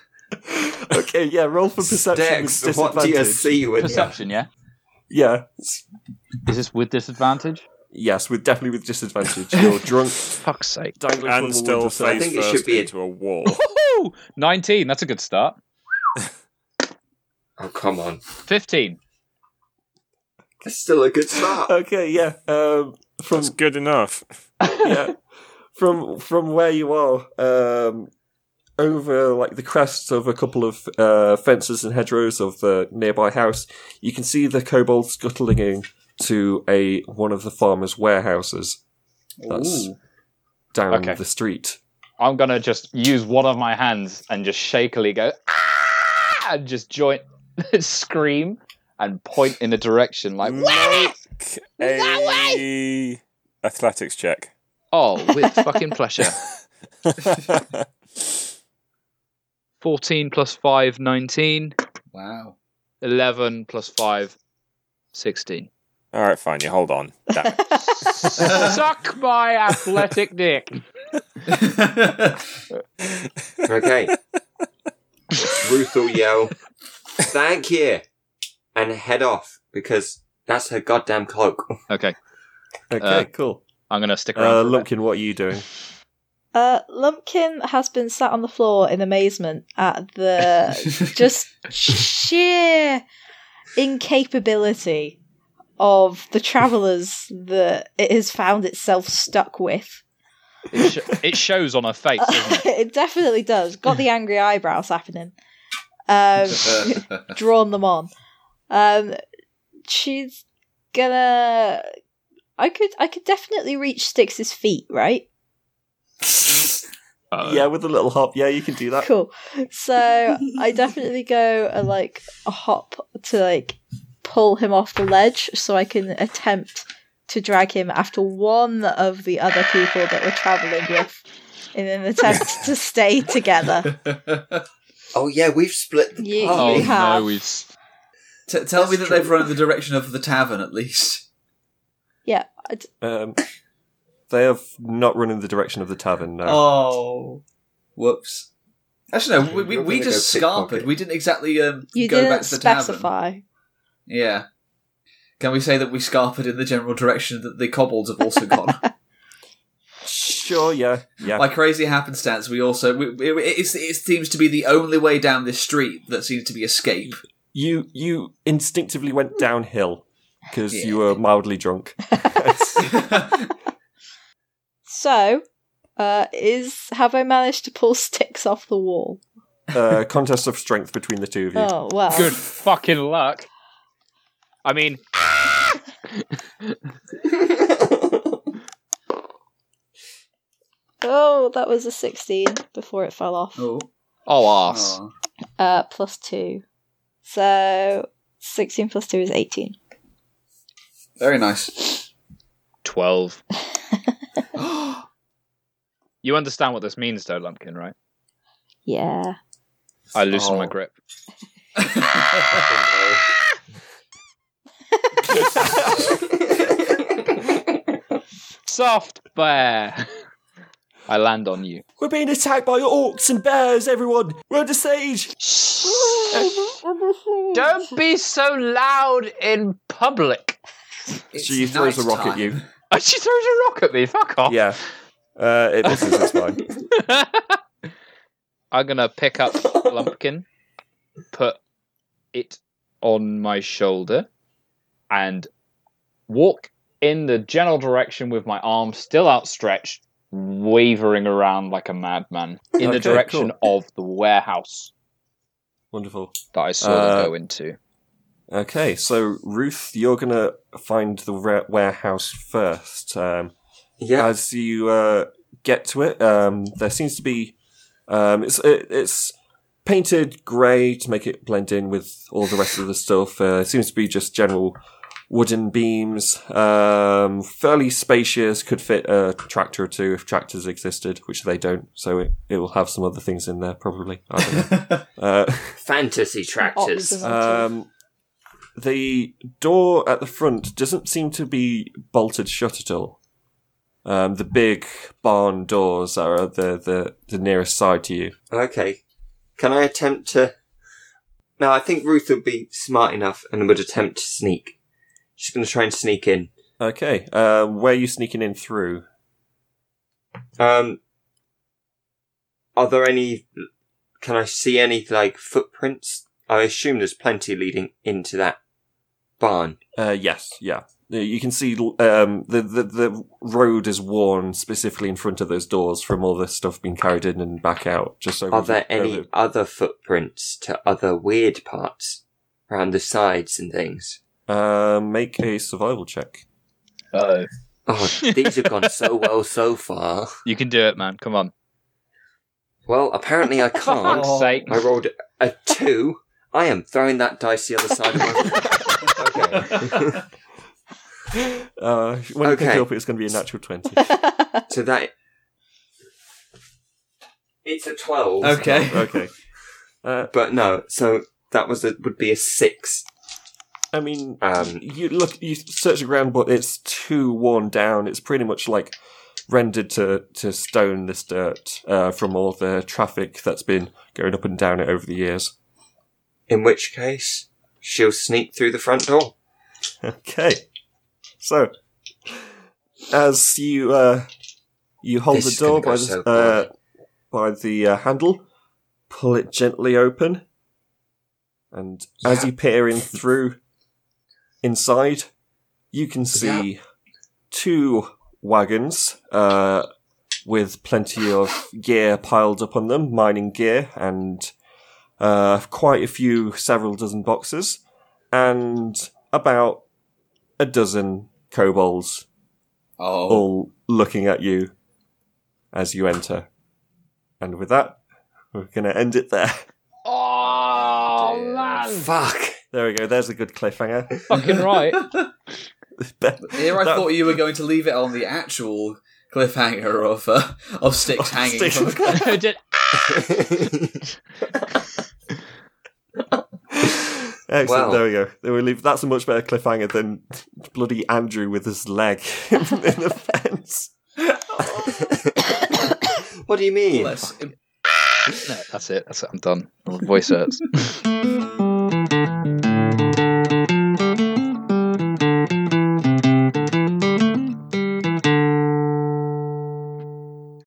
[SPEAKER 4] Okay, yeah, roll for perception.
[SPEAKER 3] Dex,
[SPEAKER 4] with
[SPEAKER 3] what do you
[SPEAKER 4] disadvantage.
[SPEAKER 3] see with
[SPEAKER 8] Perception, yeah.
[SPEAKER 4] Yeah.
[SPEAKER 8] Is this with disadvantage?
[SPEAKER 4] Yes, with definitely with disadvantage. You're drunk,
[SPEAKER 11] Fuck's sake.
[SPEAKER 4] dangling from
[SPEAKER 7] And
[SPEAKER 4] the
[SPEAKER 7] still
[SPEAKER 4] window sill.
[SPEAKER 3] I
[SPEAKER 7] face
[SPEAKER 3] think it
[SPEAKER 7] first
[SPEAKER 3] should be a-
[SPEAKER 7] into a wall.
[SPEAKER 8] Woohoo! Nineteen. That's a good start.
[SPEAKER 3] Oh, come on.
[SPEAKER 8] Fifteen.
[SPEAKER 3] It's still a good start.
[SPEAKER 4] Okay, yeah. Um, from
[SPEAKER 7] That's good enough.
[SPEAKER 4] yeah. From from where you are, um, over like the crests of a couple of uh, fences and hedgerows of the nearby house, you can see the kobold scuttling in to a one of the farmers' warehouses. That's
[SPEAKER 8] Ooh.
[SPEAKER 4] down
[SPEAKER 8] Okay.
[SPEAKER 4] the street.
[SPEAKER 8] I'm gonna just use one of my hands and just shakily go ah! and just joint scream and point in a direction like "Wah!"
[SPEAKER 7] Make a athletics check.
[SPEAKER 1] Oh, with fucking pleasure. 14 plus 5, 19.
[SPEAKER 5] Wow.
[SPEAKER 1] 11 plus 5, 16.
[SPEAKER 7] All right, fine. You hold on. Damn it.
[SPEAKER 8] suck my athletic dick.
[SPEAKER 3] Okay. Ruth will yell, Thank you. And head off because that's her goddamn cloak.
[SPEAKER 8] Okay.
[SPEAKER 4] Okay,
[SPEAKER 8] Uh,
[SPEAKER 4] cool.
[SPEAKER 8] I'm going to stick around.
[SPEAKER 4] Uh,
[SPEAKER 8] for a bit.
[SPEAKER 4] Lumpkin, what are you doing?
[SPEAKER 9] Uh, Lumpkin has been sat on the floor in amazement at the just sheer incapability of the travellers that it has found itself stuck with.
[SPEAKER 8] It, sh- it shows on her face. doesn't it?
[SPEAKER 9] it definitely does. Got the angry eyebrows happening. Um, drawn them on. Um, she's gonna. I could. I could definitely reach Styx's feet, right?
[SPEAKER 8] Uh,
[SPEAKER 4] yeah, with a little hop. Yeah, you can do that.
[SPEAKER 9] cool. So I definitely go a, like a hop to like pull him off the ledge so I can attempt to drag him after one of the other people that we're traveling with in an attempt to stay together.
[SPEAKER 3] Oh yeah, we've split the
[SPEAKER 9] You,
[SPEAKER 3] party.
[SPEAKER 9] you have.
[SPEAKER 5] T- tell me that they've run in the direction of the tavern at least.
[SPEAKER 9] Yeah. I d-
[SPEAKER 4] Um, they have not run in the direction of the tavern. No.
[SPEAKER 5] Oh, whoops. Actually, no. We, we,
[SPEAKER 3] You're
[SPEAKER 5] we
[SPEAKER 3] gonna
[SPEAKER 5] just
[SPEAKER 3] go
[SPEAKER 5] scarpered.
[SPEAKER 3] pickpocket.
[SPEAKER 5] We didn't exactly um,
[SPEAKER 9] you
[SPEAKER 5] go back
[SPEAKER 9] didn't
[SPEAKER 5] to the tavern.
[SPEAKER 9] specify.
[SPEAKER 5] Yeah. Can we say that we scarpered in the general direction that the kobolds have also gone?
[SPEAKER 4] Sure. Yeah. Yeah.
[SPEAKER 5] By crazy happenstance, we also we, it, it's- it seems to be the only way down this street that seems to be escape.
[SPEAKER 4] you you instinctively went downhill because
[SPEAKER 5] Yeah.
[SPEAKER 4] you were mildly drunk.
[SPEAKER 9] So, uh, is have I managed to pull sticks off the wall?
[SPEAKER 4] uh, contest of strength between the two of you.
[SPEAKER 9] Oh well.
[SPEAKER 2] Good fucking luck.
[SPEAKER 8] I mean,
[SPEAKER 9] Oh, that was a sixteen before it fell off.
[SPEAKER 5] Oh,
[SPEAKER 8] oh, arse.
[SPEAKER 5] Oh.
[SPEAKER 9] Uh, plus two. So sixteen plus two is eighteen.
[SPEAKER 5] very nice.
[SPEAKER 8] 12. you understand what this means, though, Lumpkin, right?
[SPEAKER 9] Yeah.
[SPEAKER 8] I loosen my
[SPEAKER 3] Oh.
[SPEAKER 8] grip.
[SPEAKER 2] Soft.
[SPEAKER 8] Bear! I land on you.
[SPEAKER 4] We're being attacked by orcs and bears. Everyone, we're under siege.
[SPEAKER 2] Don't be so loud in public.
[SPEAKER 4] she
[SPEAKER 5] It's
[SPEAKER 4] throws
[SPEAKER 5] night
[SPEAKER 4] a rock at
[SPEAKER 5] time.
[SPEAKER 4] you.
[SPEAKER 2] She throws a rock at me. Fuck off.
[SPEAKER 4] Yeah. Uh, it misses. It's fine.
[SPEAKER 8] I'm going to pick up Lumpkin, put it on my shoulder, and walk in the general direction with my arm still outstretched, wavering around like a madman in
[SPEAKER 4] Okay,
[SPEAKER 8] the direction of the warehouse
[SPEAKER 4] Wonderful.
[SPEAKER 8] that I saw
[SPEAKER 4] Uh,
[SPEAKER 8] them go into.
[SPEAKER 4] Okay, so Ruth, you're gonna find the ra- warehouse first. Um,
[SPEAKER 3] yeah.
[SPEAKER 4] as you uh, get to it, um, there seems to be um, it's it, it's painted grey to make it blend in with all the rest of the stuff. Uh, it seems to be just general wooden beams, um, fairly spacious. Could fit a tractor or two if tractors existed, which they don't. So it, it will have some other things in there probably. I don't know. uh,
[SPEAKER 3] Fantasy tractors. Uh,
[SPEAKER 9] Optimism.
[SPEAKER 4] um, the door at the front doesn't seem to be bolted shut at all. Um, the big barn doors are at the, the, the nearest side to you.
[SPEAKER 3] Okay. Can I attempt to? No, I think Ruth would be smart enough and would attempt to sneak. She's going to try and sneak in.
[SPEAKER 4] Okay, um, where are you sneaking in through?
[SPEAKER 3] Um, are there any? Can I see any like footprints? I assume there's plenty leading into that barn.
[SPEAKER 4] Uh, yes, yeah. You can see um, the, the the road is worn specifically in front of those doors from all this stuff being carried in and back out. Just over
[SPEAKER 3] Are there
[SPEAKER 4] over-
[SPEAKER 3] any other footprints to other weird parts around the sides and things?
[SPEAKER 4] Uh, make a survival check.
[SPEAKER 8] Uh-oh.
[SPEAKER 3] Oh, these have gone so well so far.
[SPEAKER 8] You can do it, man. Come on.
[SPEAKER 3] Well, apparently I can't.
[SPEAKER 2] Fuck's sake.
[SPEAKER 3] I rolled a two. I am throwing that dice the other side of my. okay.
[SPEAKER 4] Uh, when you pick
[SPEAKER 3] Okay.
[SPEAKER 4] it up, it's going to be a natural twenty.
[SPEAKER 3] So that. It's a 12.
[SPEAKER 5] Okay.
[SPEAKER 4] okay. Uh,
[SPEAKER 3] But no, so that was a, would be a six.
[SPEAKER 4] I mean,
[SPEAKER 3] Um,
[SPEAKER 4] you look, you search the ground, but it's too worn down. It's pretty much like rendered to, to stone, this dirt, uh, from all the traffic that's been going up and down it over the years.
[SPEAKER 3] In which case, she'll sneak through the front door.
[SPEAKER 4] Okay. So, as you uh, you hold
[SPEAKER 3] This is
[SPEAKER 4] the door
[SPEAKER 3] gonna go
[SPEAKER 4] by the,
[SPEAKER 3] so
[SPEAKER 4] uh, by the uh, handle, pull it gently open, and as you peer in through inside, you can see two wagons uh, with plenty of gear piled up on them, mining gear, and uh, quite a few, several dozen boxes, and about a dozen kobolds
[SPEAKER 5] Oh,
[SPEAKER 4] all looking at you as you enter. And with that, we're going to end it there.
[SPEAKER 1] Oh,
[SPEAKER 5] Ah,
[SPEAKER 1] man.
[SPEAKER 4] Fuck. There we go. There's a good cliffhanger.
[SPEAKER 1] Fucking right.
[SPEAKER 5] here I
[SPEAKER 4] That-
[SPEAKER 5] thought you were going to leave it on the actual cliffhanger of uh, of sticks hanging.
[SPEAKER 4] Sticks.
[SPEAKER 5] From a-
[SPEAKER 1] Did-
[SPEAKER 4] Excellent.
[SPEAKER 3] Wow.
[SPEAKER 4] There we go. There we leave. That's a much better cliffhanger than bloody Andrew with his leg in the fence.
[SPEAKER 3] What do you mean?
[SPEAKER 5] Bless.
[SPEAKER 1] no, that's it. That's it. I'm done. My voice hurts.